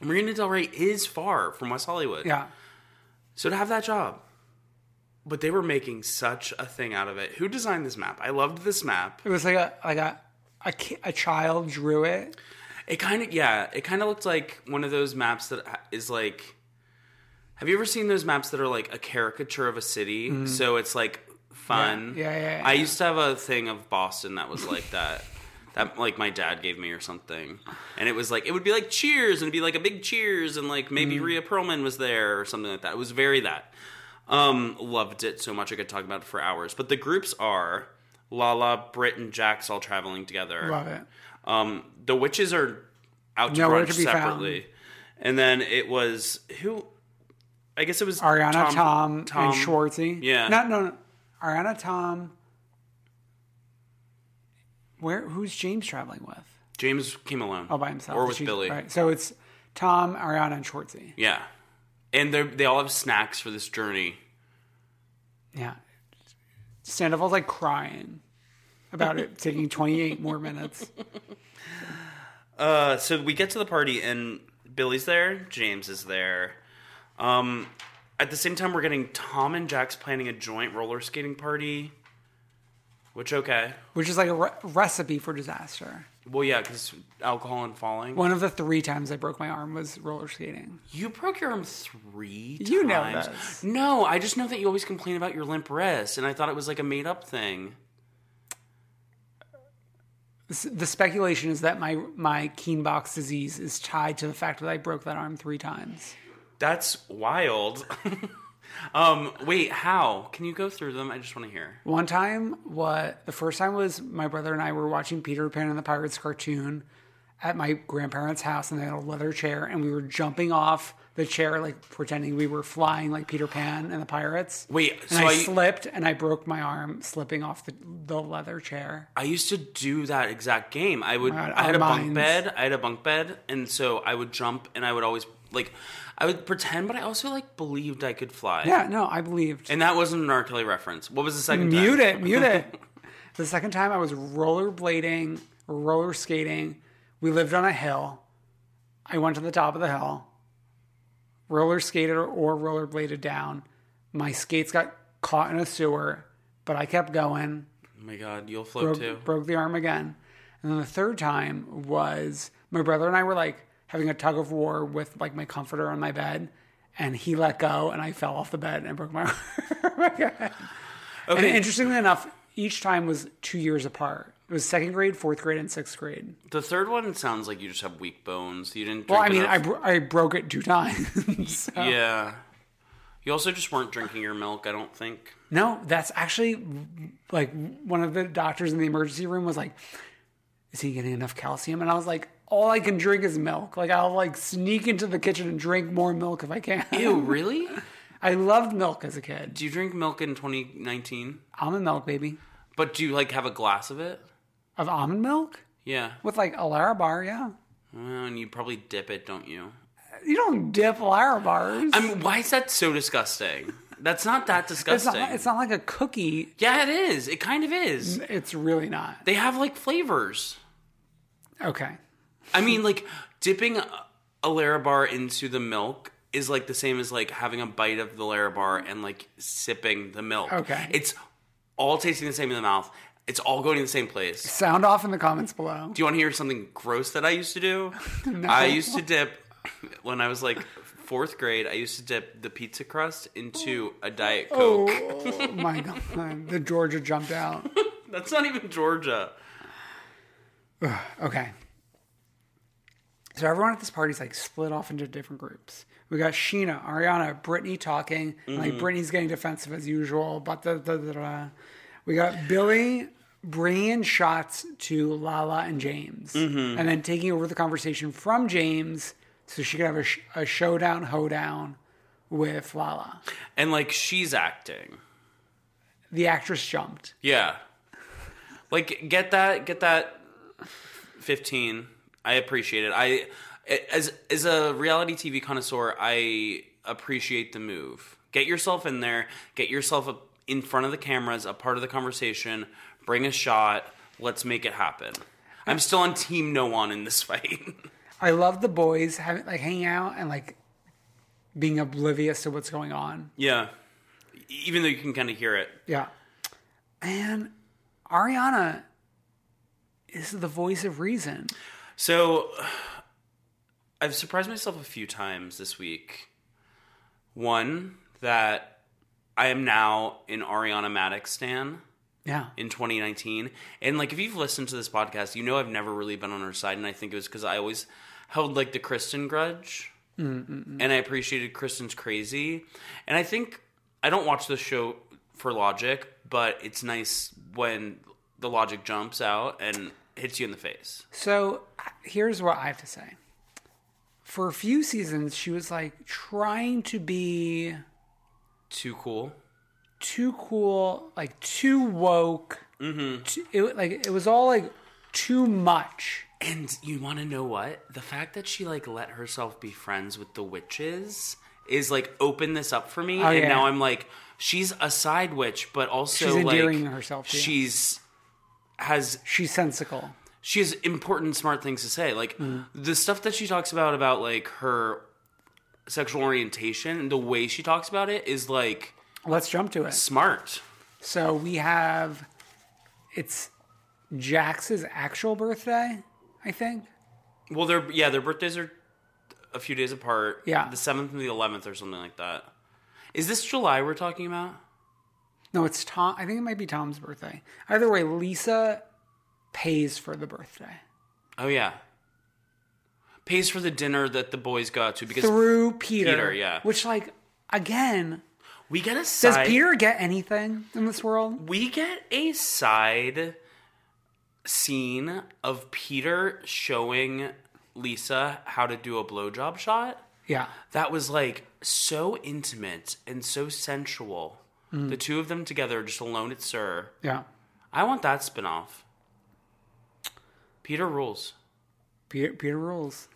S2: Marina Del Rey is far from West Hollywood.
S1: Yeah.
S2: So to have that job, but they were making such a thing out of it. Who designed this map? I loved this map.
S1: It was like a like a a, ki- a child drew it.
S2: It kind of yeah, it kind of looked like one of those maps that ha- is like. Have you ever seen those maps that are like a caricature of a city?
S1: Mhm.
S2: So it's like fun.
S1: Yeah, yeah, yeah,
S2: I
S1: yeah.
S2: used to have a thing of Boston that was like that. That like my dad gave me or something, and it was like it would be like Cheers, and it'd be like a big Cheers, and like maybe
S1: Mhm.
S2: Rhea Perlman was there or something like that. It was very that. Um, loved it so much I could talk about it for hours. But the groups are Lala, Britt, and Jax all traveling together.
S1: Love it.
S2: Um, the witches are out to
S1: Nowhere
S2: brunch
S1: to be found.
S2: separately, and then it was who? I guess it was
S1: Ariana, Tom,
S2: Tom-
S1: and Schwartzy.
S2: Yeah,
S1: No, no, no. Ariana, Tom. Where? Who's James traveling with?
S2: James came alone.
S1: All by himself.
S2: or with
S1: She's-
S2: Billy.
S1: Right. So it's Tom, Ariana, and Schwartzy.
S2: Yeah, and they they all have snacks for this journey.
S1: Yeah. Sandoval's like crying about it taking 28 more minutes.
S2: Uh, so we get to the party and Billy's there, James is there. Um, at the same time, we're getting Tom and Jack's planning a joint roller skating party, which okay.
S1: Which is like a re- recipe for disaster.
S2: Well, yeah, because alcohol and falling.
S1: One of the three times I broke my arm was roller skating.
S2: You broke your arm three
S1: You know
S2: times.
S1: this.
S2: No, I just know that you always complain about your limp wrist, and I thought it was like a made up thing.
S1: S- The speculation is that my my Keenbox disease is tied to the fact that I broke that arm three times.
S2: That's wild. um, wait, how? Can you go through them? I just want to hear.
S1: One time, what the first time was my brother and I were watching Peter Pan and the Pirates cartoon at my grandparents' house, and they had a leather chair, and we were jumping off the chair like pretending we were flying like Peter Pan and the Pirates.
S2: Wait,
S1: and
S2: so
S1: I
S2: I-
S1: slipped and I broke my arm slipping off the, the leather chair.
S2: I used to do that exact game. I would.
S1: God,
S2: I
S1: our
S2: had a
S1: minds.
S2: bunk bed. I had a bunk bed, and so I would jump, and I would always like, I would pretend, but I also like believed I could fly.
S1: Yeah, no, I believed.
S2: And that wasn't an R. Kelly reference. What was the second? time?
S1: mute it, mute it. The second time I was rollerblading, roller skating. We lived on a hill. I went to the top of the hill, roller skated or rollerbladed down. My skates got caught in a sewer, but I kept going.
S2: Oh my god, you'll float
S1: Broke,
S2: too.
S1: broke the arm again. And then the third time was my brother and I were like having a tug of war with like my comforter on my bed. And he let go, and I fell off the bed and broke my arm again. And
S2: Okay.
S1: interestingly enough, each time was two years apart. It was second grade, fourth grade, and sixth grade.
S2: The third one sounds like you just have weak bones. You didn't. Drink
S1: Well, I mean,
S2: enough.
S1: I, bro- I broke it two times. so-
S2: Yeah. You also just weren't drinking your milk. I don't think.
S1: No, that's actually like one of the doctors in the emergency room was like, "Is he getting enough calcium?" And I was like, "All I can drink is milk. Like I'll like sneak into the kitchen and drink more milk if I can."
S2: Ew, really?
S1: I loved milk as a kid.
S2: Do you drink milk in 2019?
S1: Almond milk, baby.
S2: But do you like have a glass of it?
S1: Of almond milk
S2: Yeah.
S1: with like a Larabar, yeah.
S2: Well, and you probably dip it, don't you?
S1: You don't dip Larabars.
S2: I mean, why is that so disgusting? That's not that
S1: It's
S2: disgusting.
S1: not, it's not like a cookie.
S2: yeah, it is. It kind of is.
S1: It's really not.
S2: They have like flavors.
S1: Okay.
S2: I mean, like dipping a a Larabar into the milk is like the same as like having a bite of the Larabar and like sipping the milk.
S1: Okay.
S2: It's all tasting the same in the mouth. It's all going to the same place.
S1: Sound off in the comments below.
S2: Do you want to hear something gross that I used to do? I used to dip when I was like fourth grade. I used to dip the pizza crust into a diet coke.
S1: Oh my god. The Georgia jumped out.
S2: That's not even Georgia.
S1: Okay. So everyone at this party's like split off into different groups. We got Sheena, Ariana, Brittany talking. and, Like
S2: Mhm.
S1: Brittany's getting defensive as usual. But da, da, da, da. we got Billy bringing in shots to Lala and James,
S2: Mhm.
S1: and then taking over the conversation from James so she could have a, sh- a showdown, hoedown with Lala.
S2: And like she's acting.
S1: The actress jumped.
S2: Yeah. Like get that get that 15. I appreciate it. I as as a reality TV connoisseur, I appreciate the move. Get yourself in there, get yourself a, in front of the cameras, a part of the conversation, bring a shot, let's make it happen. I'm still on team no one in this fight.
S1: I love the boys having like hanging out and like being oblivious to what's going on.
S2: yeah. Even though you can kind of hear it.
S1: Yeah. And Ariana is the voice of reason.
S2: So I've surprised myself a few times this week. One, that I am now an Ariana Maddox stan
S1: Yeah.
S2: in 2019. And like if you've listened to this podcast, you know I've never really been on her side and I think it was cuz I always held like the Kristen grudge
S1: Mm-mm-mm.
S2: and I appreciated Kristen's crazy. And I think I don't watch the show for logic, but it's nice when the logic jumps out and hits you in the face.
S1: So I- here's what I have to say. For a few seasons, she was like trying to be
S2: Too cool.
S1: too cool, like too woke.
S2: Mm-hmm.
S1: Too, it, like it was all like too much.
S2: And you want to know what? The fact that she like let herself be friends with the witches is like open this up for me,
S1: Oh,
S2: and
S1: yeah.
S2: now I'm like, she's a side witch, but also
S1: She's
S2: like
S1: endearing herself to you.
S2: she's has
S1: she's sensical.
S2: She has important, smart things to say. Like
S1: Mhm.
S2: the stuff that she talks about about like her sexual orientation, the way she talks about it is like
S1: Let's jump to it.
S2: smart.
S1: So we have it's Jax's actual birthday, I think.
S2: Well, their yeah, their birthdays are a few days apart.
S1: Yeah.
S2: the seventh and the eleventh, or something like that. Is this July we're talking about?
S1: No, it's Tom. I think it might be Tom's birthday. Either way, Lisa pays for the birthday
S2: Oh yeah. Pays for the dinner that the boys got to because
S1: through Peter.
S2: Peter, yeah.
S1: Which, like, again,
S2: we get a
S1: does
S2: side-
S1: Peter get anything in this world?
S2: we get a side scene of Peter showing Lisa how to do a blowjob shot.
S1: Yeah.
S2: That was like so intimate and so sensual.
S1: Mm.
S2: The two of them together, just alone at Sir.
S1: Yeah.
S2: I want that spinoff. Peter rules.
S1: Peter, Peter rules.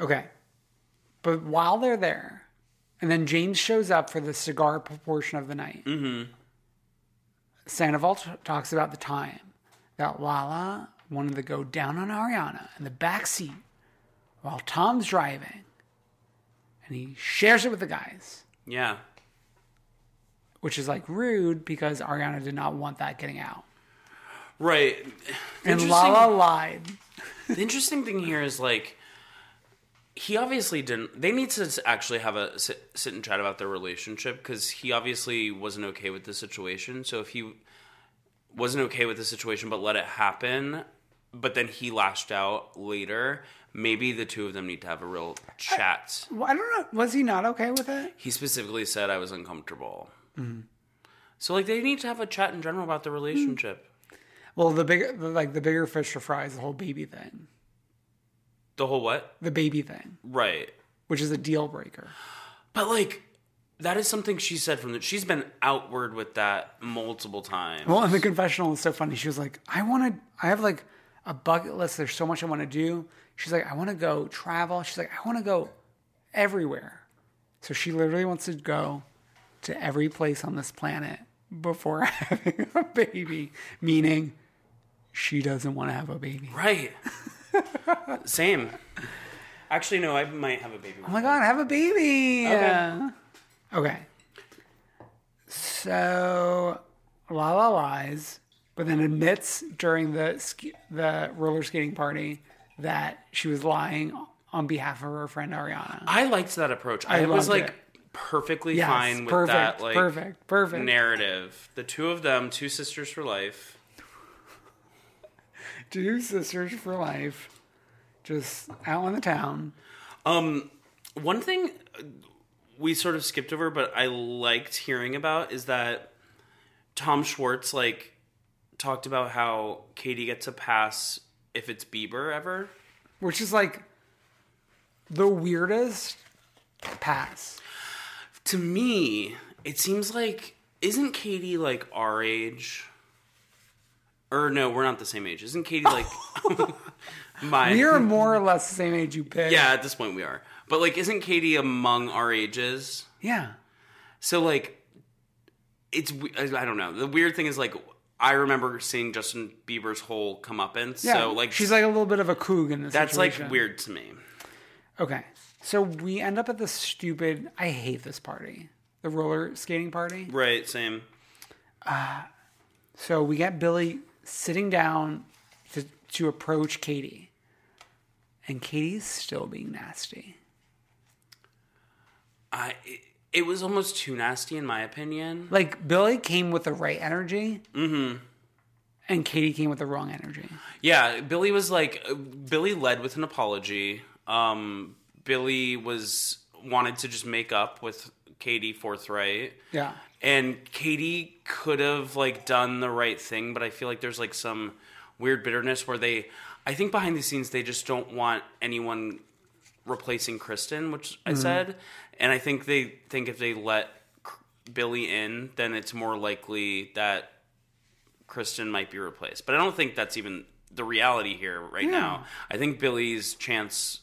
S1: Okay. But while they're there, and then James shows up for the cigar portion of the night.
S2: Mm-hmm.
S1: Sandoval t- talks about the time that Lala wanted to go down on Ariana in the back seat while Tom's driving, and he shares it with the guys,
S2: Yeah.
S1: which is like rude because Ariana did not want that getting out.
S2: Right.
S1: And
S2: Interesting-
S1: Lala lied.
S2: the interesting thing here is like he obviously didn't they need to s- actually have a sit, sit and chat about their relationship because he obviously wasn't okay with the situation so if he wasn't okay with the situation but let it happen but then he lashed out later maybe the two of them need to have a real chat
S1: Well, I don't know. Was he not okay with it?
S2: he specifically said i was uncomfortable
S1: Mhm.
S2: so like they need to have a chat in general about the relationship
S1: Well, the big, the, like the bigger fish are fries, the whole baby thing,
S2: the whole what
S1: the baby thing,
S2: right
S1: which is a deal breaker.
S2: But like that is something she said from the she's been outward with that multiple times.
S1: Well, and the confessional is so funny. She was like, I want to, I have like a bucket list. There's so much I want to do. She's like, I want to go travel. She's like, I want to go everywhere. So she literally wants to go to every place on this planet before having a baby, meaning she doesn't want to have a baby.
S2: Right. Same. Actually no, I might have a baby.
S1: Oh my God, have a baby.
S2: Okay.
S1: Yeah. Okay. So Lala lies, but then admits during the sk- the roller skating party that she was lying on behalf of her friend Ariana.
S2: I liked that approach.
S1: I
S2: I, was
S1: loved
S2: like
S1: it.
S2: perfectly
S1: Yes,
S2: fine with
S1: perfect,
S2: that like
S1: perfect, perfect.
S2: narrative. The two of them, two sisters for life.
S1: Two sisters for life, just out on the town.
S2: Um one thing uh, we sort of skipped over but I liked hearing about is that Tom Schwartz like talked about how Katie gets a pass if it's Bieber ever.
S1: which is like the weirdest pass.
S2: To me, it seems like isn't Katie like our age? Or no, we're not the same age. Isn't Katie like my?
S1: We are more or less the same age you pick.
S2: yeah. At this point, we are. But like, isn't Katie among our ages?
S1: Yeah.
S2: So like, it's we- I I don't know. The weird thing is like, I remember seeing Justin Bieber's whole comeuppance.
S1: Yeah.
S2: So like,
S1: she's like a little bit of a coog in this.
S2: that's
S1: situation.
S2: like weird to me.
S1: Okay. So we end up at this stupid. I hate this party. The roller skating party.
S2: Right. Same.
S1: Uh, so we get Billy sitting down to, to approach Katie. And Katie's still being nasty.
S2: I. It, it was almost too nasty in my opinion.
S1: Like, Billy came with the right energy,
S2: Mm-hmm.
S1: and Katie came with the wrong energy.
S2: Yeah, Billy was like uh, Billy led with an apology. Um, Billy was wanted to just make up with Katie forthright,
S1: Yeah.
S2: and Katie could have like done the right thing, but I feel like there's like some weird bitterness where they, I think behind the scenes they just don't want anyone replacing Kristen, which I
S1: Mhm.
S2: said, and I think they think if they let K- Billy in, then it's more likely that Kristen might be replaced. But I don't think that's even the reality here right
S1: Yeah.
S2: now. I think Billy's chance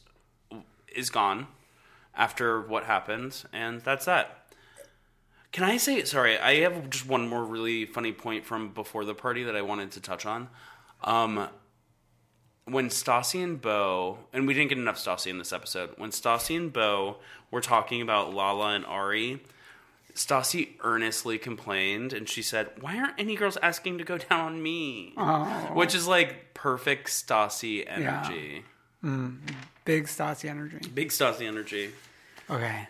S2: is gone after what happened, and that's that. Can I say sorry? I have just one more really funny point from before the party that I wanted to touch on. Um, when Stassi and Bo, and we didn't get enough Stassi in this episode. When Stassi and Bo were talking about Lala and Ari, Stassi earnestly complained, and she said, "Why aren't any girls asking to go down on me?"
S1: Oh.
S2: Which is like perfect Stassi energy,
S1: Mm, big Stassi energy.
S2: big Stassi energy.
S1: Okay.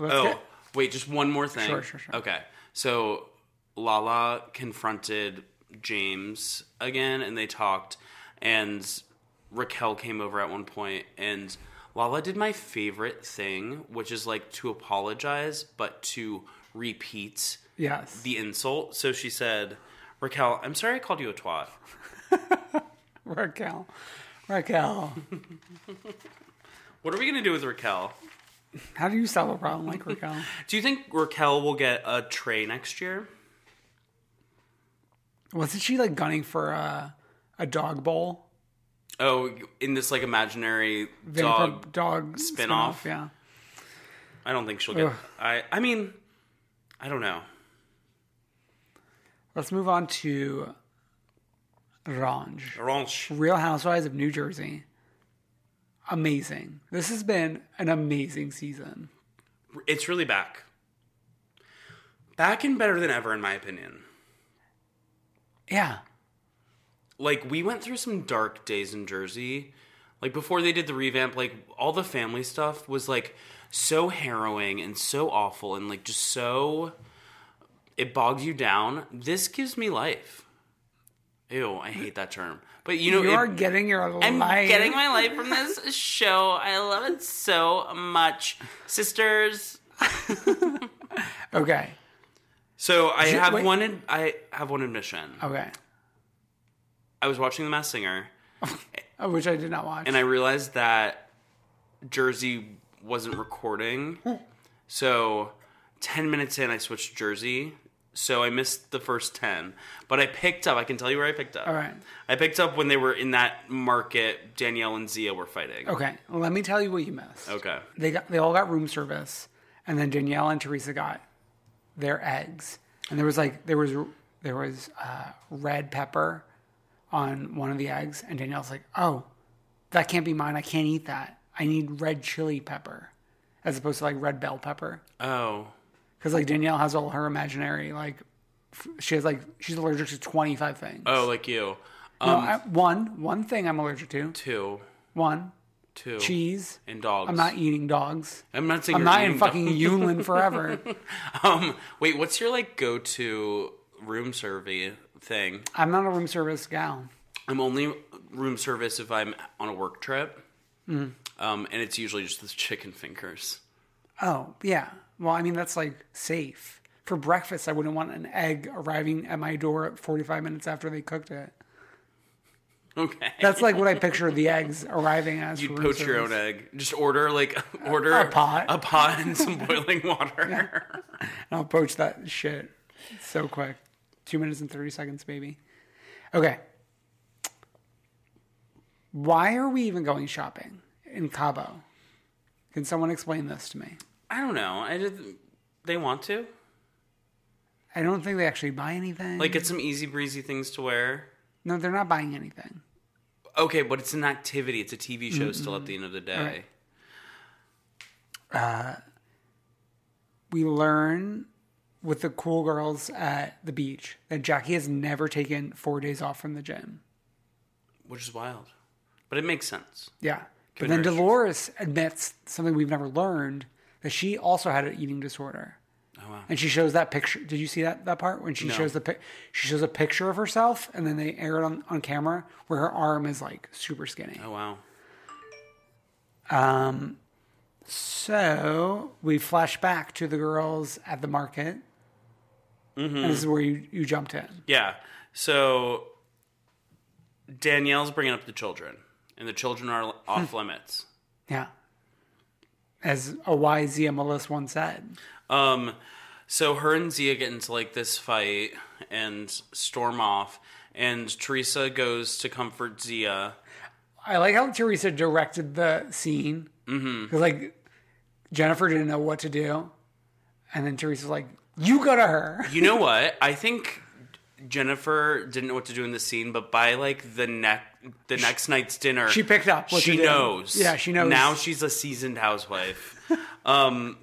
S2: oh,
S1: get-
S2: wait, just one more thing.
S1: Sure, sure, sure.
S2: Okay. So Lala confronted James again and they talked and Raquel came over at one point and Lala did my favorite thing, which is like to apologize but to repeat
S1: Yes.
S2: the insult. So she said, Raquel, I'm sorry I called you a twat.
S1: Raquel. Raquel.
S2: What are we gonna do with Raquel?
S1: How do you solve a problem like Raquel?
S2: Do you think Raquel will get a tray next year?
S1: Wasn't she like gunning for a, a dog bowl?
S2: Oh, in this like imaginary dog
S1: Vanderpump dog
S2: spin-off?
S1: spin-off, Yeah.
S2: I don't think she'll get.
S1: Ugh.
S2: I I mean, I don't know.
S1: Let's move on to Ranj.
S2: Ranj.
S1: Real Housewives of New Jersey. Amazing. This has been an amazing season.
S2: It's really back, back and better than ever, in my opinion.
S1: Yeah.
S2: Like we went through some dark days in Jersey. Like before they did the revamp, like all the family stuff was like so harrowing and so awful and like just so it bogs you down. This gives me life. Ew, I hate that term. But you know
S1: you
S2: it-
S1: are getting your
S2: I'm
S1: life.
S2: getting my life from this show. I love it so much. Sisters.
S1: Okay.
S2: So I
S1: Ju-
S2: have
S1: wait. Oh.
S2: one ad- I have one admission.
S1: Okay.
S2: I was watching The Masked Singer
S1: Uh, Which I did not watch.
S2: and I realized that Jersey wasn't recording.
S1: Hmm.
S2: So 10 minutes in I switched to Jersey. So I missed the first 10, but I picked up. I can tell you where I picked up.
S1: All right.
S2: I picked up when they were in that market Danielle and Zia were fighting.
S1: Okay. Let me tell you what you missed.
S2: Okay.
S1: They got they all got room service, and then Danielle and Teresa got their eggs, and there was like there was there was uh, red pepper on one of the eggs, and Danielle's like, "Oh, that can't be mine. I can't eat that. I need red chili pepper, as opposed to like red bell pepper,
S2: Oh.
S1: because like Danielle has all her imaginary like." f- She has like she's allergic to twenty five things.
S2: Oh, um like you.
S1: no, I, one one thing I'm allergic to.
S2: Two.
S1: One
S2: Two.
S1: cheese.
S2: And dogs.
S1: I'm not eating dogs.
S2: I'm not saying
S1: I'm
S2: you're
S1: not in
S2: eating
S1: fucking Yulin
S2: dogs.
S1: forever.
S2: Um, wait, what's your like go to room survey thing?
S1: I'm not a room service gal.
S2: I'm only room service if I'm on a work trip,
S1: Mm.
S2: um, and it's usually just the chicken fingers.
S1: Oh yeah. Well, I mean that's like safe. For breakfast, I wouldn't want an egg arriving at my door at 45 minutes after they cooked it.
S2: Okay,
S1: That's like what I picture the eggs arriving as.
S2: You'd
S1: for room
S2: poach your own
S1: service.
S2: egg. Just order like order
S1: a pot.
S2: a pot and some boiling water.
S1: I'll poach that shit so quick. Two minutes and 30 seconds, baby. Okay. Why are we even going shopping in Cabo? Can someone explain this to me?
S2: I don't know. I did. They want to
S1: I don't think they actually buy anything.
S2: like get some easy breezy things to wear.
S1: no, they're not buying anything.
S2: Okay, but it's an activity. It's a TV show. Still
S1: Mm-mm.
S2: at the end of the day.
S1: All Mm-hmm. right. Uh, we learn with the cool girls at the beach that Jackie has never taken four days off from the gym.
S2: which is wild, but it makes sense.
S1: Yeah. But
S2: Good
S1: then
S2: nurse.
S1: Dolores admits something we've never learned that she also had an eating disorder.
S2: Oh wow!
S1: And she shows that picture. Did you see that, that part when she
S2: No.
S1: shows the pic? She shows a picture of herself, and then they air it on, on camera where her arm is like super skinny.
S2: Oh wow!
S1: Um, so we flash back to the girls at the market, and this is
S2: Mm-hmm.
S1: where you, you jumped in.
S2: Yeah. So Danielle's bringing up the children, and the children are off limits.
S1: Yeah, as a wise Melissa once said.
S2: Um, so her and Zia get into like this fight and storm off, and Teresa goes to comfort Zia.
S1: I like how Teresa directed the scene because
S2: Mm-hmm.
S1: like Jennifer didn't know what to do, And then Teresa was like, "You go to her."
S2: You know what? I think Jennifer didn't know what to do in the scene, but by like the next the next night's dinner,
S1: she picked up what to
S2: she
S1: do.
S2: knows.
S1: Yeah, she knows.
S2: Now she's a seasoned housewife. um,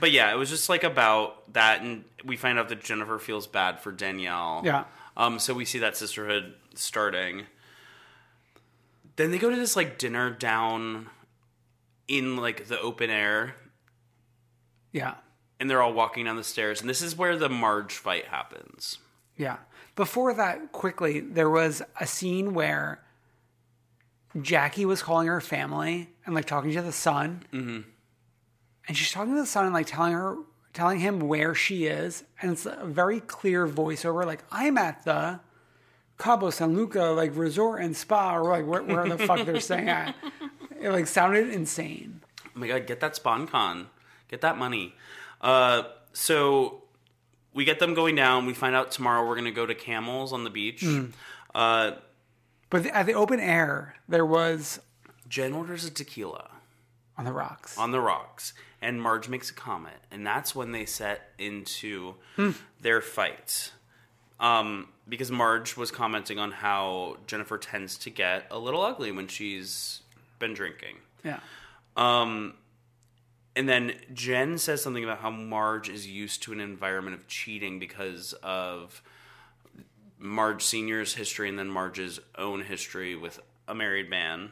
S2: but yeah, it was just like about that, and we find out that Jennifer feels bad for Danielle.
S1: Yeah.
S2: Um, so we see that sisterhood starting. Then they go to this like dinner down in like the open air
S1: Yeah,
S2: and they're all walking down the stairs and this is where the marge fight happens
S1: yeah. Before that, quickly there was a scene where Jackie was calling her family and like talking to the son,
S2: mm-hmm.
S1: and she's talking to the son and like telling her, telling him where she is, and it's a very clear voiceover. Like I'm at the Cabo San Luca like resort and spa, or like where, where the fuck they're staying at. It like sounded insane.
S2: oh my god get that spawn con get that money uh, so we get them going down we find out tomorrow we're going to go to camels on the beach
S1: Mm.
S2: uh,
S1: But at the open air, there was
S2: jen orders a tequila
S1: on the rocks.
S2: on the rocks and marge makes a comment and that's when they set into their fight um, because marge was commenting on how jennifer tends to get a little ugly when she's been drinking
S1: Yeah.
S2: Um, and then Jen says something about how Marge is used to an environment of cheating because of Marge Senior's history and then Marge's own history with a married man.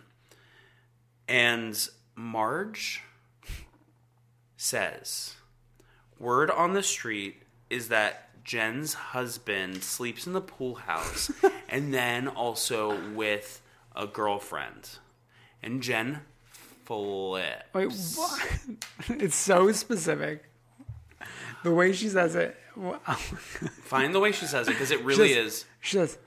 S2: And Marge says, Word on the street is that Jen's husband sleeps in the pool house and then also with a girlfriend. And Jen flips.
S1: Wait, what? it's so specific. The way she says it. Wow.
S2: Find the way she says it because it really
S1: Just-
S2: is.
S1: She says,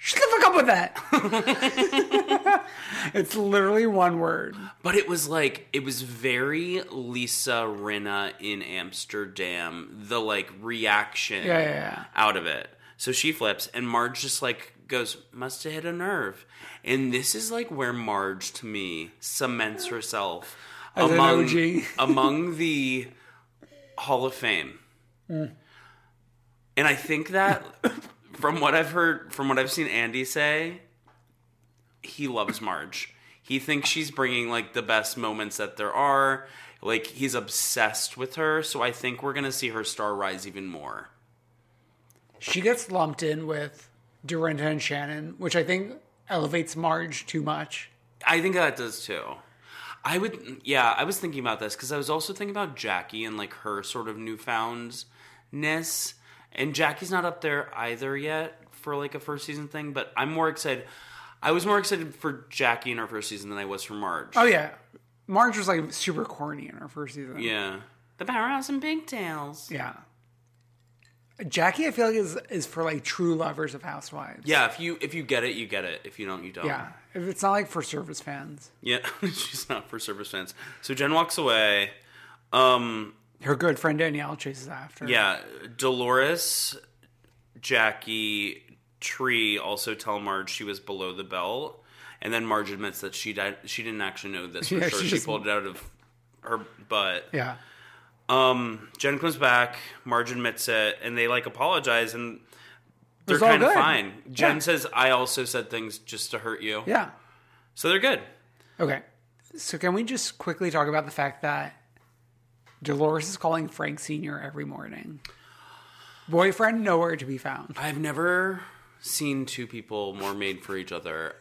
S1: shut the fuck up with that. it's literally one word.
S2: But it was like it was very Lisa Rinna in Amsterdam. The like reaction
S1: Yeah, yeah, yeah.
S2: out of it. So she flips, and Marge just like goes, "Must have hit a nerve." And this is like where Marge, to me, cements herself
S1: As an
S2: among
S1: OG.
S2: among the Hall of Fame.
S1: Mm.
S2: And I think that from what I've heard, from what I've seen Andy say, he loves Marge. He thinks she's bringing like the best moments that there are. Like he's obsessed with her, so I think we're going to see her star rise even more.
S1: She gets lumped in with Dorinda and Shannon, which I think elevates Marge too much.
S2: I think that does too. I would yeah, I was thinking about this cuz I was also thinking about Jackie and like her sort of newfoundness. And Jackie's not up there either yet for like a first season thing, but I'm more excited I was more excited for Jackie in her first season than I was for Marge.
S1: Oh, yeah. Marge was like super corny in her first season.
S2: Yeah. The powerhouse and pigtails.
S1: Yeah. Jackie, I feel like is is for like true lovers of Housewives.
S2: Yeah, if you if you get it, you get it. If you don't, you don't.
S1: Yeah, If it's not like for service fans.
S2: Yeah, she's not for service fans. So Jen walks away. Um
S1: Her good friend Danielle chases after.
S2: Yeah, Dolores, Jackie, Tree also tell Marge she was below the belt, and then Marge admits that she died. She didn't actually know this for
S1: Yeah,
S2: sure.
S1: she
S2: She,
S1: just-
S2: pulled it out of her butt.
S1: Yeah.
S2: Um, Jen comes back. Marge admits it, and they like apologize, and they're
S1: It's all
S2: kind of
S1: good.
S2: fine. Jen
S1: Yeah.
S2: says, "I also said things just to hurt you."
S1: Yeah.
S2: so they're good.
S1: Okay. So can we just quickly talk about the fact that Dolores is calling Frank Senior every morning? Boyfriend nowhere to be found.
S2: I've never seen two people more made for each other.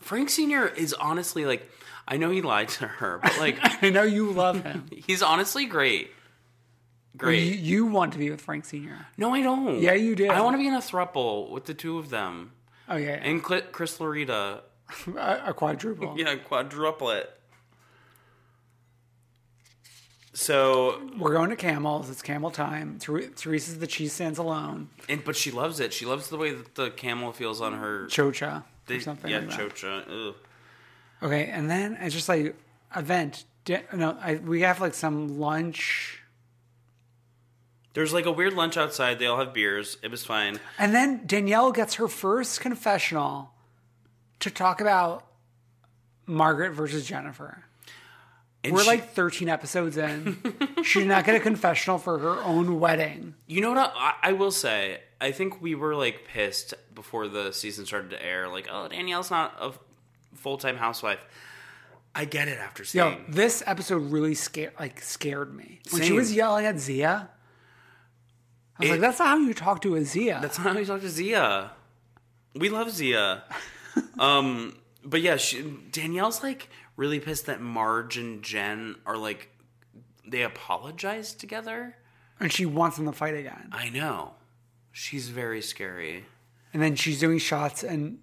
S2: Frank Sr. is honestly like, I know he lied to her, but like,
S1: I know you love him.
S2: he's honestly great.
S1: You,
S2: Great.
S1: you want to be with Frank Senior.
S2: No, I don't.
S1: Yeah, you did.
S2: I want to be in a thruple with the two of them.
S1: Oh yeah,
S2: And Cl- Chris Loretta.
S1: a, a quadruple.
S2: Yeah, quadruplet. So,
S1: We're going to Camels. It's Camel time. Ther- Teresa's the cheese stands alone.
S2: and but she loves it. She loves the way that the camel feels on her.
S1: Chocha
S2: They-
S1: or something.
S2: Yeah,
S1: like that.
S2: chocha. Ugh.
S1: Okay, and then it's just like event. Di- no, I, we have like some lunch,
S2: There's like a weird lunch outside. They all have beers. It was fine.
S1: and then Danielle gets her first confessional to talk about Margaret versus Jennifer.
S2: And
S1: We're
S2: she-
S1: like 13 episodes in. she did not get a confessional for her own wedding.
S2: You know what? I, I will say, I think we were like pissed before the season started to air. Like, oh, Danielle's not a full time housewife. I get it after seeing.
S1: Yo, this episode really scared like scared me. When she
S2: Same.
S1: was yelling at Zia, I was like, that's not how you talk to a Zia.
S2: That's not how you talk to Zia. We love Zia. um, but yeah, she, Danielle's like really pissed that Marge and Jen are like they apologize together.
S1: and she wants them to fight again.
S2: I know. She's very scary.
S1: And then she's doing shots and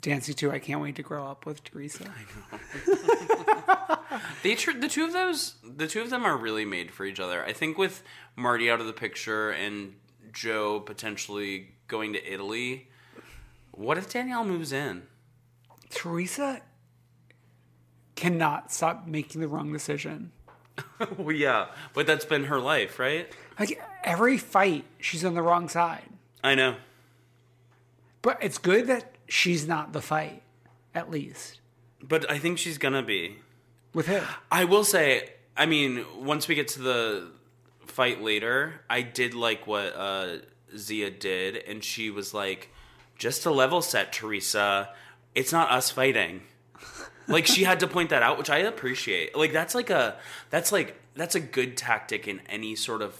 S1: dancing to I Can't Wait to Grow Up with Teresa.
S2: They tr- the two of those the two of them are really made for each other. I think with Marty out of the picture and Joe potentially going to Italy, what if Danielle moves in?
S1: Teresa cannot stop making the wrong decision.
S2: well, yeah, but that's been her life, right?
S1: Like every fight, she's on the wrong side.
S2: I know.
S1: But it's good that she's not the fight, at least.
S2: But I think she's gonna be.
S1: With him.
S2: I will say, I mean, once we get to the fight later, I did like what uh, Zia did, and she was like, just to level set, Teresa, it's not us fighting. like she had to point that out, which I appreciate. Like that's like a that's like that's a good tactic in any sort of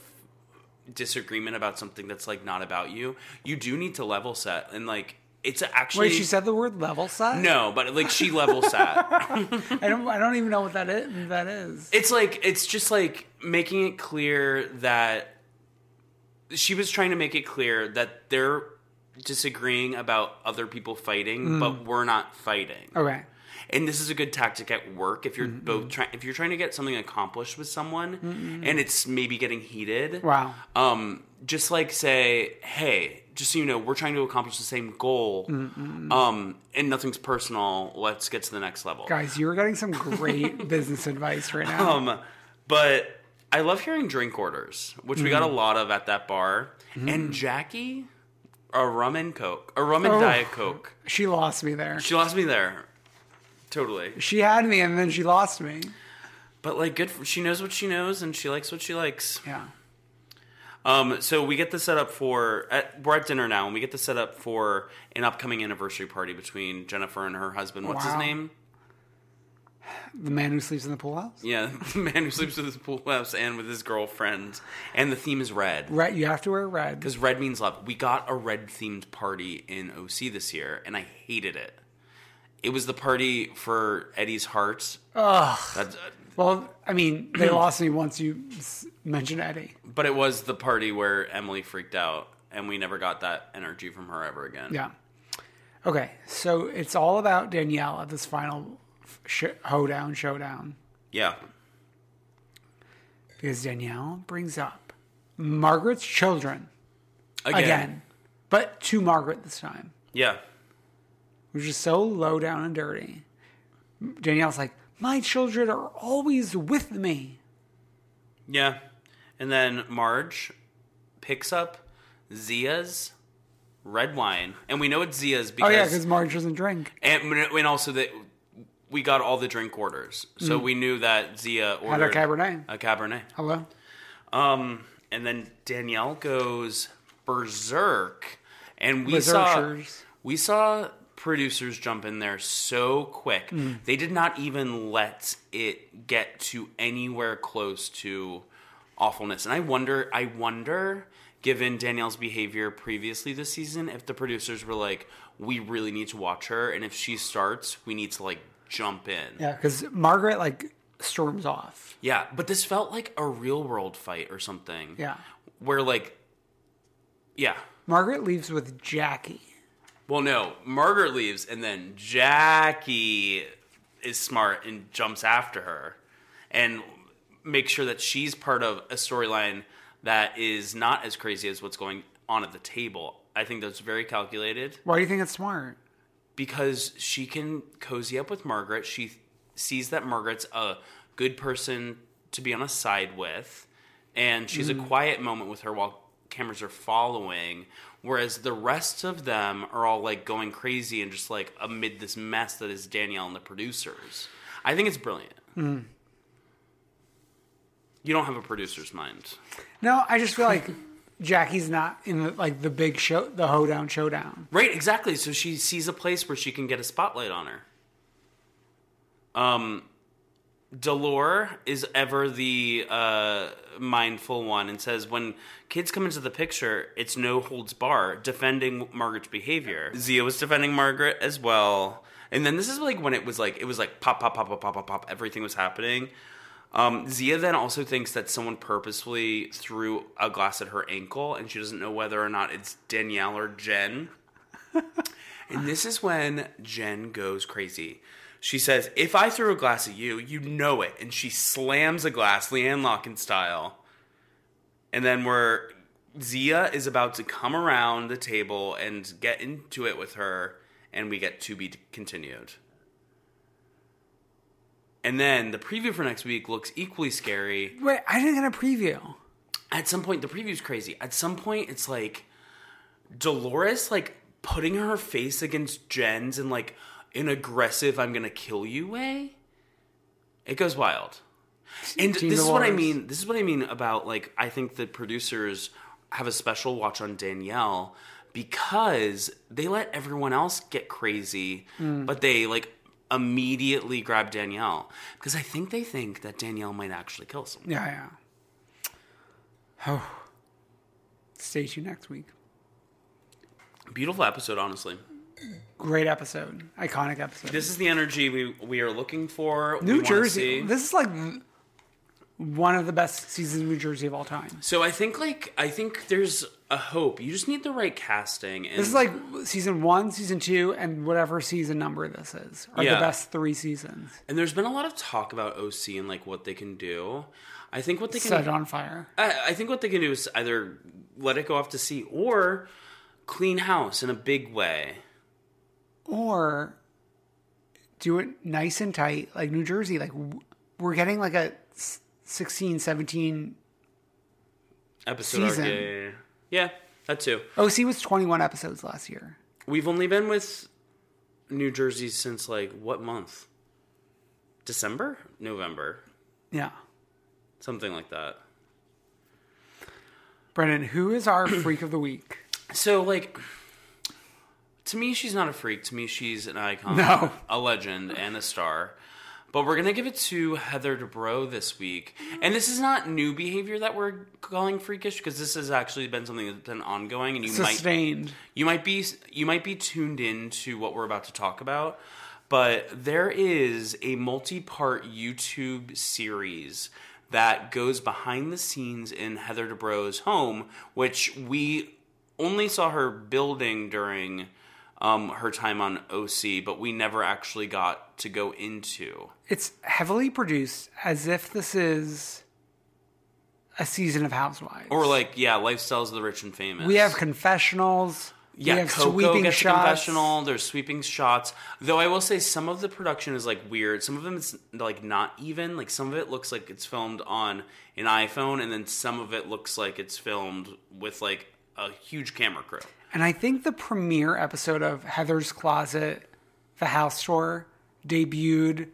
S2: disagreement about something that's like not about you. You do need to level set and like it's actually
S1: Wait, she said the word level set?
S2: no, but like she level set.
S1: I don't I don't even know what that is that is.
S2: It's like it's just like making it clear that she was trying to make it clear that they're disagreeing about other people fighting,
S1: Mm.
S2: but we're not fighting.
S1: Okay.
S2: And this is a good tactic at work if you're both trying if you're trying to get something accomplished with someone
S1: Mm-mm.
S2: and it's maybe getting heated.
S1: Wow.
S2: Um just like say, "Hey, just so you know, we're trying to accomplish the same goal."
S1: Mm-mm.
S2: Um and nothing's personal. Let's get to the next level.
S1: Guys, you're getting some great business advice right now.
S2: Um, but I love hearing drink orders, which we got a
S1: Mhm.
S2: lot of at that bar.
S1: Mhm.
S2: And Jackie, a rum and coke, a rum and
S1: Oh.
S2: diet coke.
S1: she lost me there.
S2: She lost me there, totally.
S1: She had me and then she lost me.
S2: But like, good. For, she knows what she knows, and she likes what she likes.
S1: Yeah.
S2: Um. So we get the setup for at, we're at dinner now, and we get the setup for an upcoming anniversary party between Jennifer and her husband. What's his
S1: Wow.
S2: name?
S1: The man who sleeps in the pool house?
S2: Yeah, the man who sleeps with his pool house and with his girlfriend. And the theme is red.
S1: Right, you have to wear red.
S2: Because red means love. We got a red themed party in OC this year, and I hated it. It was the party for Eddie's heart.
S1: Ugh.
S2: That's-
S1: Well, I mean, they lost me once you s- mentioned Eddie.
S2: but it was the party where Emily freaked out, and we never got that energy from her ever again.
S1: Yeah. Okay, so it's all about Danielle at this final sh- hoedown, showdown,
S2: Yeah.
S1: because Danielle brings up Margaret's children
S2: Again.
S1: but to Margaret this time,
S2: Yeah.
S1: which is so low down and dirty. Danielle's like, "My children are always with me."
S2: Yeah. And then Marge picks up Zia's red wine. And we know it's Zia's because
S1: oh yeah, because Marge doesn't drink.
S2: And, and also that we got all the drink orders, so
S1: Mm.
S2: we knew that Zia
S1: Had a
S2: ordered
S1: Cabernet.
S2: A Cabernet.
S1: Hello.
S2: Um, and then Danielle goes berserk, and we
S1: Berserkers.
S2: saw we saw producers jump in there so quick.
S1: Mm.
S2: They did not even let it get to anywhere close to awfulness. And I wonder, I wonder, given Danielle's behavior previously this season, if the producers were like, "We really need to watch her, and if she starts, we need to like jump in."
S1: Yeah, because Margaret like storms off.
S2: Yeah, but this felt like a real world fight or something.
S1: Yeah.
S2: Where like yeah.
S1: Margaret leaves with Jackie.
S2: Well, no, Margaret leaves and then Jackie is smart and jumps after her and makes sure that she's part of a storyline that is not as crazy as what's going on at the table. I think that's very calculated
S1: Why do you think it's smart?
S2: because she can cozy up with Margaret. She sees that Margaret's a good person to be on a side with, and she's a
S1: Mm.
S2: quiet moment with her while cameras are following. Whereas the rest of them are all like going crazy and just like amid this mess that is Danielle and the producers. I think it's brilliant.
S1: Mm.
S2: You don't have a producer's mind.
S1: No, I just feel like Jackie's not in the, like the big show, the hoedown showdown.
S2: Right, exactly. So she sees a place where she can get a spotlight on her. Um, Delore is ever the uh, mindful one and says, when kids come into the picture, it's no holds bar, defending Margaret's behavior. Zia was defending Margaret as well. And then this is like when it was like, it was like pop, pop, pop, pop, pop, pop, pop, everything was happening. Um, Zia then also thinks that someone purposefully threw a glass at her ankle, and she doesn't know whether or not it's Danielle or Jen. and this is when Jen goes crazy. She says, If I threw a glass at you, you know it. And she slams a glass, Leanne Locken style. And then we're. Zia is about to come around the table and get into it with her, and we get to be continued. And then the preview for next week looks equally scary.
S1: Wait, I didn't get a preview.
S2: At some point, the preview's crazy. At some point, it's like Dolores like putting her face against Jen's in like an aggressive "I'm gonna kill you" way. It goes wild. And
S1: Gene
S2: this is what I
S1: Dolores.
S2: mean. This is what I mean about like I think the producers have a special watch on Danielle because they let everyone else get crazy,
S1: Mm.
S2: but they like immediately grab Danielle because I think they think that Danielle might actually kill someone.
S1: Yeah, yeah. Oh, stay tuned next week.
S2: Beautiful episode, honestly.
S1: Great episode, iconic episode.
S2: This is the energy we we are looking for. we
S1: New
S2: wanna
S1: Jersey.
S2: see.
S1: This is like one of the best seasons of New Jersey of all time.
S2: So I think like I think there's a hope. You just need the right casting. And
S1: This is like season one, season two, and whatever season number this is are
S2: Yeah.
S1: the best three seasons.
S2: and there's been a lot of talk about OC and like what they can do. I think what they can
S1: Set on fire.
S2: I, I think what they can do is either let it go off to sea or clean house in a big way.
S1: or do it nice and tight like new jersey like w- we're getting like a s- 16 17
S2: Episode arc,
S1: Season.
S2: yeah, yeah, yeah. yeah, that too.
S1: oc was 21 episodes last year
S2: We've only been with New Jersey since like what month? December? November.
S1: yeah
S2: Something like that.
S1: brendan who is our freak of the week
S2: So like to me she's not a freak. To me she's an icon,
S1: No.
S2: a legend and a star. But we're going to give it to Heather DeBro this week. And this is not new behavior that we're calling freakish because this has actually been something that's been ongoing and you might
S1: sustained
S2: you might be you might be tuned in to what we're about to talk about, but there is a multi-part YouTube series that goes behind the scenes in Heather DeBro's home, which we only saw her building during um, her time on OC, but we never actually got to go into.
S1: it's heavily produced as if this is a season of housewives
S2: Or like, yeah, lifestyles of the rich and famous.
S1: we have confessionals
S2: Yeah,
S1: we have
S2: Coco
S1: sweeping
S2: gets a
S1: shots
S2: confessional. There's sweeping shots. Though I will say some of the production is like weird. Some of them is like not even. Like some of it looks like it's filmed on an iPhone, and then some of it looks like it's filmed with like a huge camera crew.
S1: And I think the premiere episode of Heather's Closet, the house tour, debuted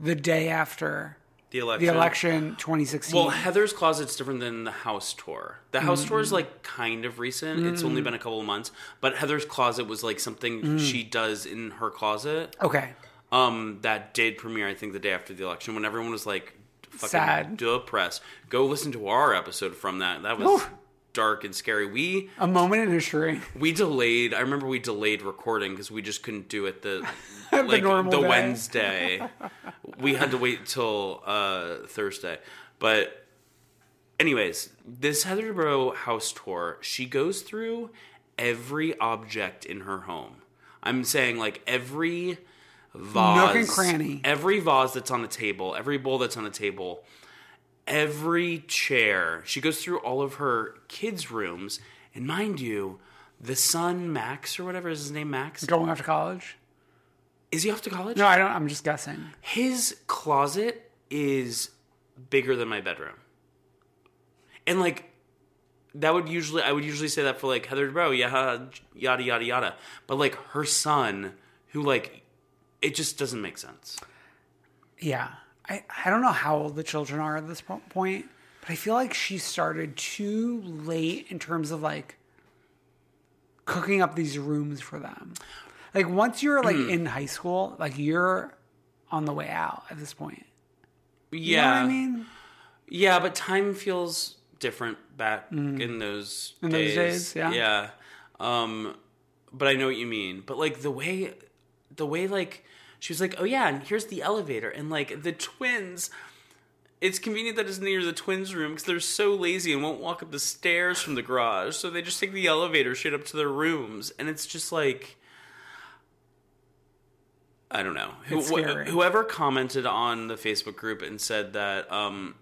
S1: the day after
S2: The election.
S1: the election 2016.
S2: Well, Heather's Closet's different than the house tour. The house tour is like kind of recent. It's
S1: Mm-hmm.
S2: only
S1: Mm.
S2: been a couple of months. But Heather's Closet was like something
S1: Mm.
S2: she does in her closet.
S1: okay.
S2: um, that did premiere, I think, the day after the election when everyone was like fucking
S1: Sad.
S2: depressed. Go listen to our episode from that. That was dark and scary. We
S1: A moment in history.
S2: we delayed. I remember we delayed recording because we just couldn't do it the
S1: The
S2: like the,
S1: normal day.
S2: Wednesday. we had to wait till uh, Thursday. But anyways, this Heather DeBro house tour, she goes through every object in her home. I'm saying like every vase,
S1: Nook and cranny.
S2: every vase that's on the table, every bowl that's on the table, every chair. She goes through all of her kids' rooms, and mind you, the son Max or whatever is his name, Max.
S1: Going off to college?
S2: Is he off to college?
S1: No, I don't. I'm just guessing.
S2: His closet is bigger than my bedroom. And like that would usually I would usually say that for like Heather Bro, yeah, yada yada yada. But like her son, who like it just doesn't make sense.
S1: Yeah. I, I don't know how old the children are at this po- point, but I feel like she started too late in terms of like cooking up these rooms for them. Like once you're like
S2: Hmm.
S1: in high school, like you're on the way out at this point. You know what I
S2: Yeah.
S1: mean?
S2: Yeah, but time feels different back in those
S1: Mm. In those
S2: days.
S1: days, yeah.
S2: Yeah. Um but I know what you mean. But like the way the way like she was like, "Oh yeah, and here's the elevator." And like the twins it's convenient that it's near the twins' room because they're so lazy and won't walk up the stairs from the garage, so they just take the elevator shit up to their rooms, and it's just like, I don't know. Who-
S6: It's
S2: wh-
S6: scary.
S2: whoever commented on the Facebook group and said that um,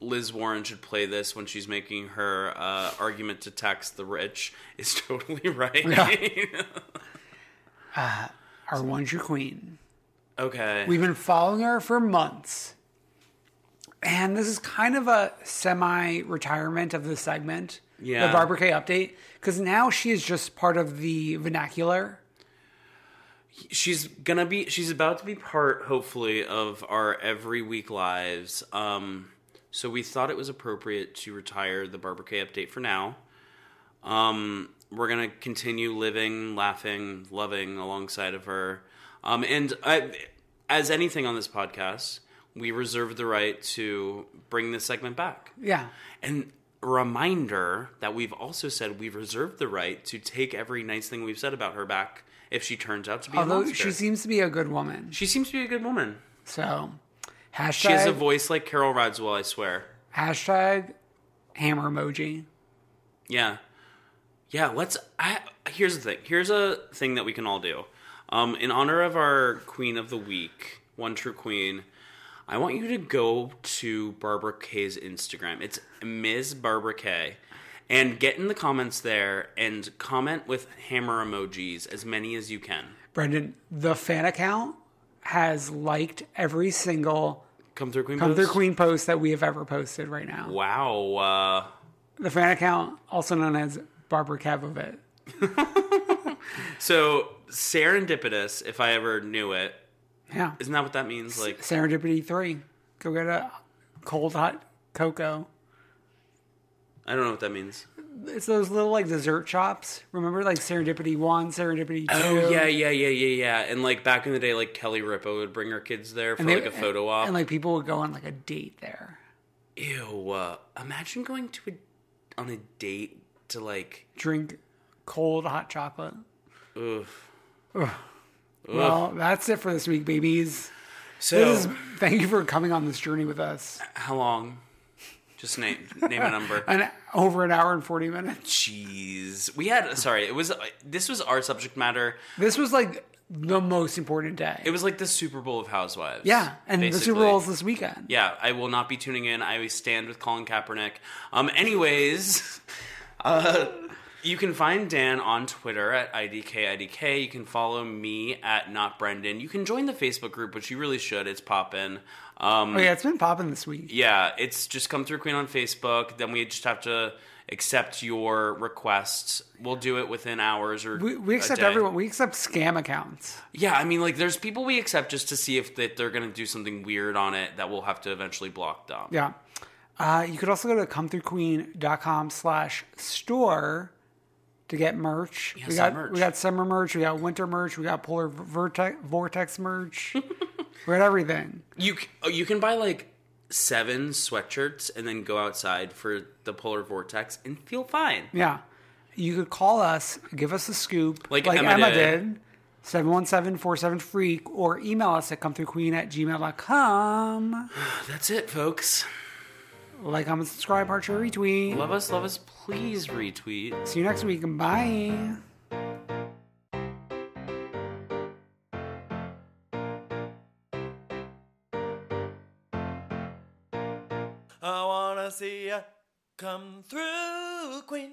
S2: Liz Warren should play this when she's making her uh, argument to tax the rich is totally right.
S1: Uh, our one true queen.
S2: okay.
S1: We've been following her for months. And this is kind of a semi retirement of the segment.
S2: Yeah.
S1: The Barbara Kay update. Because now she is just part of the vernacular.
S2: she's gonna be she's about to be part hopefully of our every week lives um so we thought it was appropriate to retire the barbara k update for now um we're gonna continue living laughing loving alongside of her um and i as anything on this podcast we reserve the right to bring this segment back
S1: Yeah.
S2: and reminder that we've also said we've reserved the right to take every nice thing we've said about her back if she turns out to be a
S1: Although
S2: monster.
S1: she seems to be a good woman.
S2: She seems to be a good woman.
S1: So, hashtag,
S2: she has a voice like Carol Radswell, I swear.
S1: hashtag hammer emoji.
S2: Yeah. Yeah, let's I here's the thing. Here's a thing that we can all do. Um in honor of our queen of the week, one true queen, I want you to go to Barbara Kay's Instagram. It's Ms. Barbara Kay. And get in the comments there and comment with hammer emojis as many as you can.
S1: Brendan, the fan account has liked every single
S2: Come through Queen
S1: Come Through
S2: post?
S1: Queen post that we have ever posted right now.
S2: Wow. Uh
S1: The fan account, also known as Barbara Kavovit.
S2: So serendipitous, if I ever knew it.
S1: Yeah.
S2: Isn't that what that means? Like
S1: Serendipity 3. Go get a cold hot cocoa.
S2: I don't know what that means.
S1: It's those little like dessert shops. Remember like Serendipity 1, Serendipity 2.
S2: Oh yeah, yeah, yeah, yeah, yeah. And like back in the day, like Kelly Ripa would bring her kids there for
S1: And they-
S2: like a photo op.
S1: And like people would go on like a date there.
S2: Ew. Uh, imagine going to a on a date to like.
S1: Drink cold hot chocolate.
S2: Oof.
S1: Ugh.
S2: Ugh.
S1: Well, that's it for this week, babies.
S2: So-
S1: This is- thank you for coming on this journey with us.
S2: How long? Just name name a number.
S1: An over an hour and 40 minutes.
S2: Jeez. We had sorry. It was uh, this was our subject matter.
S1: This was like the most important day.
S2: It was like the Super Bowl of Housewives.
S1: Yeah, and the Super
S2: basically.
S1: Bowl is this weekend.
S2: Yeah, I will not be tuning in. I always stand with Colin Kaepernick. Um, anyways, uh, you can find Dan on Twitter at IDKIDK. You can follow me at Not Brendan. You can join the Facebook group, which you really should. It's poppin'. Um,
S1: Oh yeah, it's been popping this week.
S2: yeah, it's just come through Queen on Facebook. Then we just have to accept your requests. We'll do it within hours or
S1: We, we
S2: a
S1: accept
S2: day.
S1: everyone. We accept scam accounts.
S2: Yeah, I mean, like, there's people we accept just to see if that they're gonna do something weird on it that we'll have to eventually block down.
S1: Yeah. Uh, you could also go to comethroughqueen.com slash store to get merch.
S2: Yeah,
S1: we
S2: some
S1: got
S2: merch.
S1: we got summer merch, we got winter merch, we got polar vortex vortex merch. we got everything.
S2: You c- oh, you can buy like seven sweatshirts and then go outside for the polar vortex and feel fine.
S1: Yeah. You could call us, give us a scoop,
S2: Like Emma did.
S1: did. 717-47-FREAK, or email us at comethroughqueen at gmail.com.
S2: That's it, folks.
S1: Like, comment, subscribe, heart, share, retweet.
S2: Love us, love us. Please retweet.
S1: See you next week. and Bye.
S7: I wanna see ya come through, Queen.